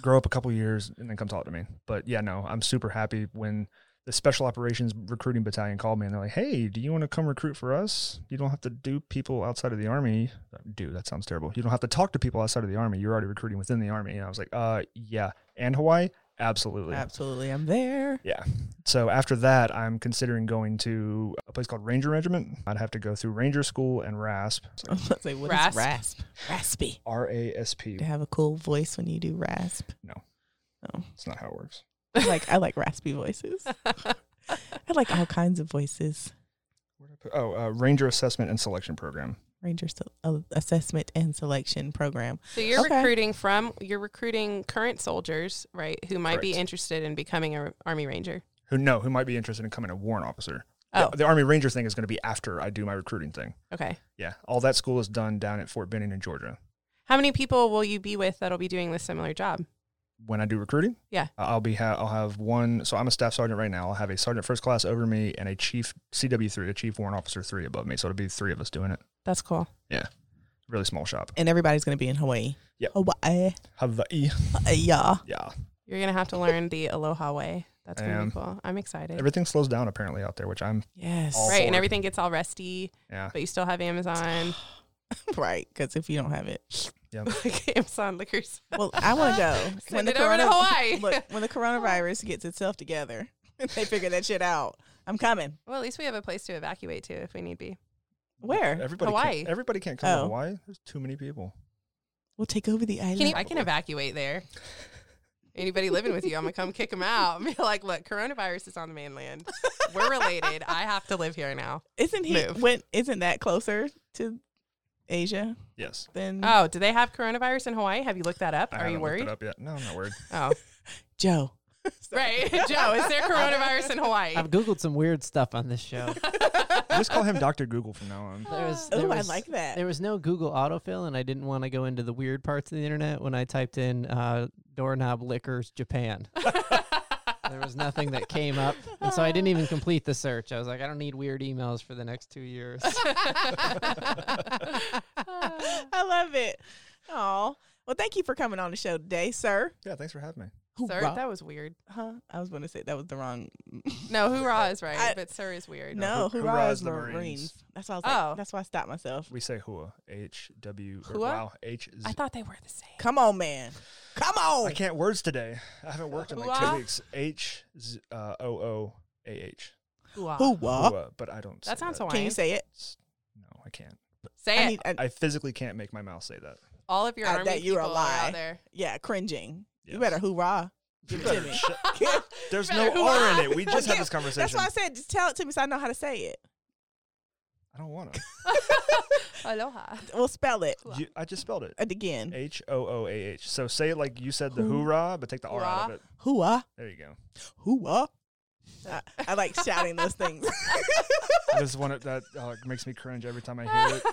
D: grow up a couple years and then come talk to me but yeah no i'm super happy when the special operations recruiting battalion called me and they're like hey do you want to come recruit for us you don't have to do people outside of the army dude that sounds terrible you don't have to talk to people outside of the army you're already recruiting within the army and i was like uh yeah and hawaii absolutely
C: Absolutely, I'm there.
D: yeah. So after that, I'm considering going to a place called Ranger Regiment. I'd have to go through Ranger School and RASP.
C: I was about to say, what is
B: Rasp.
C: rasp? Raspy.
D: R A S P.
C: To have a cool voice when you do rasp.
D: That's not how it works.
C: I like I like raspy voices. I like all kinds of voices.
D: Where did I put- Oh, uh, Ranger Assessment and Selection Program.
C: Ranger se- uh, assessment and selection program.
B: So you're
C: Okay.
B: recruiting from you're recruiting current soldiers, right, who might be
D: Correct.
B: interested in becoming an army ranger.
D: Who know who might be interested in coming a warrant officer? The-
B: Oh,
D: The, Army Ranger thing is going to be after I do my recruiting thing.
B: okay.
D: Yeah, all that school is done down at Fort Benning in Georgia.
B: How many people will you be with that'll be doing this similar job?
D: When I do recruiting,
B: Yeah.
D: I- I'll be ha- I'll have one. So I'm a staff sergeant right now. I'll have a sergeant first class over me and a chief CW three, a chief warrant officer three above me. So it'll be three of us doing it.
B: That's cool.
D: Really small shop.
C: And everybody's going to be in Hawaii.
D: Yep.
C: Hawaii.
D: Hawaii.
C: Yeah.
D: Yeah.
B: You're gonna have to learn the Aloha way. That's
D: I
B: gonna
D: am.
B: be cool. I'm excited.
D: Everything slows down apparently out there, which I'm
C: Yes.
D: All
B: right, and
D: forward.
B: everything gets all rusty,
D: yeah.
B: but you still have Amazon,
C: Right. Because if you don't have it,
B: like Amazon liquors.
C: well, I want to go.
B: Send it over to Hawaii.
C: Look, when the coronavirus gets itself together, and they figure that shit out. I'm coming.
B: Well, at least we have a place to evacuate to if we need be.
C: Where?
D: Everybody
B: Hawaii.
D: Can't, everybody can't come
C: Oh.
D: to Hawaii. There's too many people.
C: We'll take over the island.
B: Can you, I can evacuate there. Anybody living with you, I'm gonna come kick them out. Be like, look, coronavirus is on the mainland. We're related. I have to live here now.
C: isn't he?
B: move.
C: When, isn't that closer to Asia
D: Yes.
C: than
B: Oh, do they have coronavirus in Hawaii? Have you looked that up?
D: I
B: Are you
D: haven't looked it
B: worried?
D: up yet. No, I'm not worried.
B: Oh,
C: Joe?
B: right, Joe. Is there coronavirus in Hawaii?
E: I've googled some weird stuff on this show.
D: Just call him Dr. Google from now on.
E: There was, there
C: Oh, I
E: was-
C: like that.
E: There was no Google autofill, and I didn't want to go into the weird parts of the internet when I typed in uh, doorknob liquors Japan. there was nothing that came up, and so I didn't even complete the search. I was like, I don't need weird emails for the next two years.
C: I love it. Oh, well, thank you for coming on the show today, sir.
D: Yeah, thanks for having me.
B: Sir,
C: Hoorah.
B: that was weird.
C: huh? I was going to say that was the wrong.
B: No, hoorah is right,
C: I-
B: but sir is weird.
C: No,
D: who-
C: hoorah
D: hoorah
C: is
D: is the
C: Marines.
D: Marines.
C: That's why I was like,
B: Oh.
C: that's why I stopped myself.
D: We say Hua. H W or
B: Hua?
D: Wow. H Z.
B: I thought they were the same.
C: Come on, man. Come
D: I
C: on.
D: can't words today. I haven't worked in like
B: Hua?
D: two weeks. H Z uh, O O A H.
B: Hoorah.
C: Hoorah.
D: Hua, But I don't.
B: That
D: say
B: sounds
D: that.
C: Can you
B: Hawaiian.
C: say it?
D: It's- No, I can't.
B: Say
C: I
B: it.
C: need, uh, I,
D: I physically can't make my mouth say that.
B: All of your
C: I
B: army
C: bet you were
B: people are
C: lying.
B: out there.
C: yeah, cringing. You
D: Yes.
C: better hoorah.
D: You
C: Give it
D: better
C: to me.
D: shut-
C: Give-
D: There's
B: You
D: no
B: better
D: R
B: Hua.
D: in it. We just had this
C: That's
D: conversation.
C: why I said, just tell it to me so I know how to say it.
D: I don't want to.
B: Aloha.
C: We'll spell it
B: Hua.
D: You, I just spelled it.
C: again.
D: H O O A H. So say it like you said the
C: Hoo-
D: hoorah, but take the R out of it.
C: Hoorah.
D: There you go.
C: Hoorah. I, I like shouting those things.
D: This is one of- that uh, makes me cringe every time I hear it.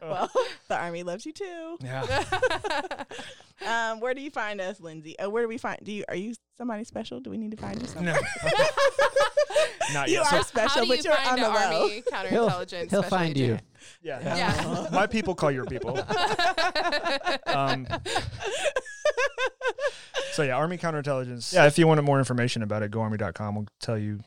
C: well, the army loves you too.
D: Yeah.
C: Um, where do you find us, Lindsay? Oh, where do we find? Do you are you somebody special? Do we need to find you? Somebody?
D: No. Not
C: you
D: yet. So,
C: are
B: How
C: special,
B: do you
C: but you're on
B: find
C: the
B: an
C: low.
B: army counterintelligence?
E: he'll
B: special
E: find
B: agent?
D: yeah.
B: Yeah.
D: My people call your people. Um, so yeah, Army counterintelligence. Yeah, if you wanted more information about it, goarmy.com will tell you Eh.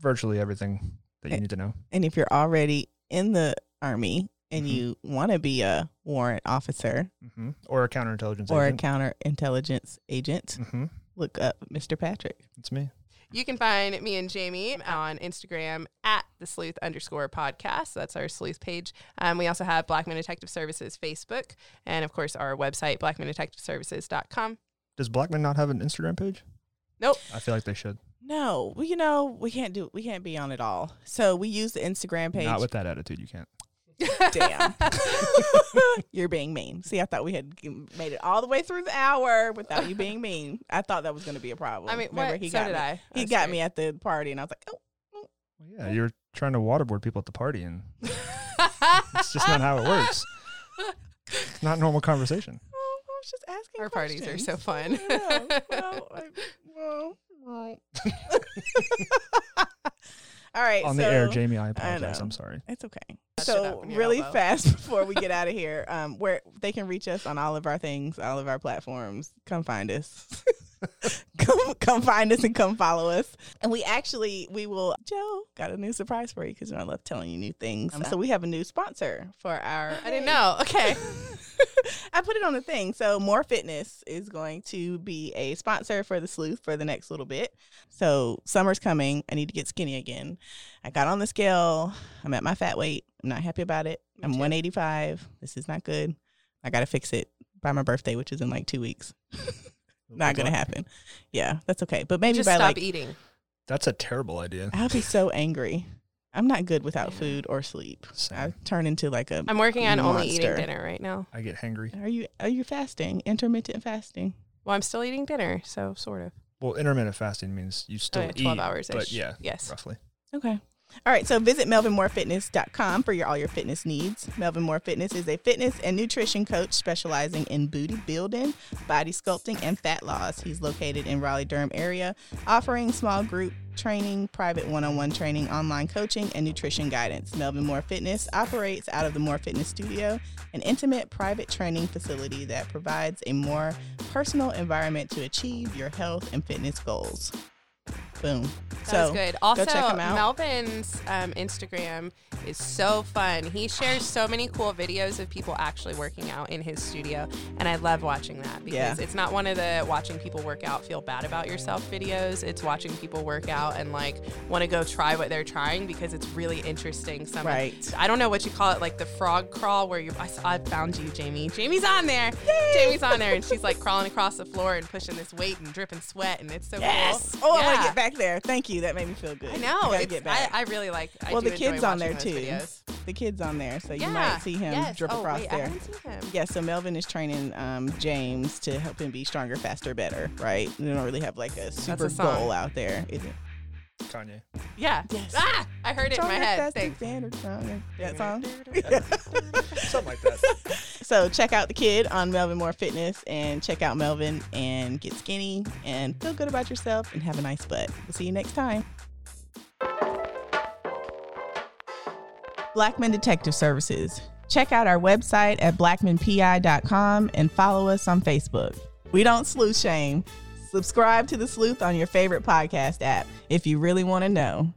D: virtually everything that you need to know.
C: And if you're already in the army and
D: Mhm.
C: you want to be a warrant officer
D: hmm or a counterintelligence
C: or a
D: agent.
C: counterintelligence agent,
D: hmm
C: look up Mr. Patrick.
D: It's me.
B: You can find me and Jamie on Instagram at the sleuth underscore podcast. That's our sleuth page. Um, we also have Blackman Detective Services Facebook and, of course, our website, blackmandetectiveservices.com.
D: Does Blackman not have an Instagram page?
B: Nope.
D: I feel like they should.
C: No, well, you know we can't do we can't be on it all. So we use the Instagram page.
D: Not with that attitude, you can't.
C: Damn, you're being mean. See, I thought we had g- made it all the way through the hour without you being mean. I thought that was going to be a problem.
B: I mean,
C: remember
B: what?
C: he
B: so
C: got
B: did
C: me.
B: I.
C: He
B: I'm
C: got
B: sorry.
C: me at the party, and I was like, oh,
D: Well, yeah, you're trying to waterboard people at the party, and it's just not how it works. It's not normal conversation.
C: oh I was just asking.
B: Our parties are so fun.
C: questions. Yeah, well, I- well, well. all right,
D: On
C: so,
D: the air, Jamie, I
C: know.
D: apologize. I'm sorry.
C: It's okay.
B: That shit
C: so
B: up in your
C: really
B: elbow.
C: fast before we get out of here, um, where they can reach us on all of our things, all of our platforms. Come find us. come come find us and come follow us. And we actually we will Joe got a new surprise for you because I love telling you new things. Um, so we have a new sponsor for our.
B: I didn't know. Okay.
C: I put it on the thing. So More Fitness is going to be a sponsor for the sleuth for the next little bit. So summer's coming. I need to get skinny again. I got on the scale. I'm at my fat weight. I'm not happy about it.
B: Me
C: I'm
B: too.
C: 185. This is not good. I got to fix it by my birthday, which is in like two weeks. not going to happen. Yeah, that's okay. But maybe
B: Just
C: by
B: stop
C: like,
B: eating.
D: That's a terrible idea.
C: I'll be so angry. I'm not good without food or sleep. I
D: Same.
C: turn into like a.
B: I'm working on only eating
C: Monster.
B: dinner right now.
D: I get hangry.
C: Are you are you fasting? Intermittent fasting.
B: Well, I'm still eating dinner, so sort of.
D: Well, intermittent fasting means you still
B: Oh, yeah,
D: eat,
B: 12 hours
D: but yeah,
B: Yes.
D: roughly.
C: Okay. All right, so visit melvinmorefitness.com for your all your fitness needs. Melvin Moore Fitness is a fitness and nutrition coach specializing in booty building, body sculpting, and fat loss. He's located in Raleigh-Durham area, offering small group training, private one-on-one training, online coaching, and nutrition guidance. Melvin Moore Fitness operates out of the Moore Fitness Studio, an intimate private training facility that provides a more personal environment to achieve your health and fitness goals. Boom.
B: That was
C: so
B: good. Also,
C: check 'em out.
B: Melvin's um, Instagram is so fun. He shares so many cool videos of people actually working out in his studio, and I love watching that because
C: Yeah.
B: it's not one of the watching people work out feel bad about yourself videos. It's watching people work out and like want to go try what they're trying because it's really interesting. Some
C: Right.
B: I don't know what you call it, like the frog crawl, where you. I, s- I found you, Jamie. Jamie's on there. Jamie's on there, and she's like crawling across the floor and pushing this weight and dripping sweat, and it's so
C: Yes.
B: cool.
C: Oh, I want to
B: Yeah.
C: get back there. Thank you. That made me feel good.
B: I know.
C: I gotta
B: it's-
C: get back.
B: I, I really like. I
C: well,
B: do
C: the
B: enjoy
C: kid's on there
B: watching
C: too.
B: those videos.
C: The kid's on there, so you
B: yeah.
C: might see him
B: yes.
C: drip
B: oh,
C: across
B: wait, I
C: there.
B: haven't seen him.
C: Yeah, so Melvin is training um, James to help him be stronger, faster, better. Right? We don't really have like a super
B: song.
C: goal out there, is it?
D: Kanye.
B: Yeah.
C: Yes.
B: Ah, I heard it in my
C: Stronger,
B: head.
C: faster,
B: Thanks.
C: better, stronger. That song.
D: Something like that.
C: So check out the kid on Melvin Moore Fitness, and check out Melvin, and get skinny, and feel good about yourself, and have a nice butt. We'll see you next time. Blackman Detective Services. Check out our website at blackmanpi.com and follow us on Facebook. We don't sleuth shame. Subscribe to The Sleuth on your favorite podcast app if you really want to know.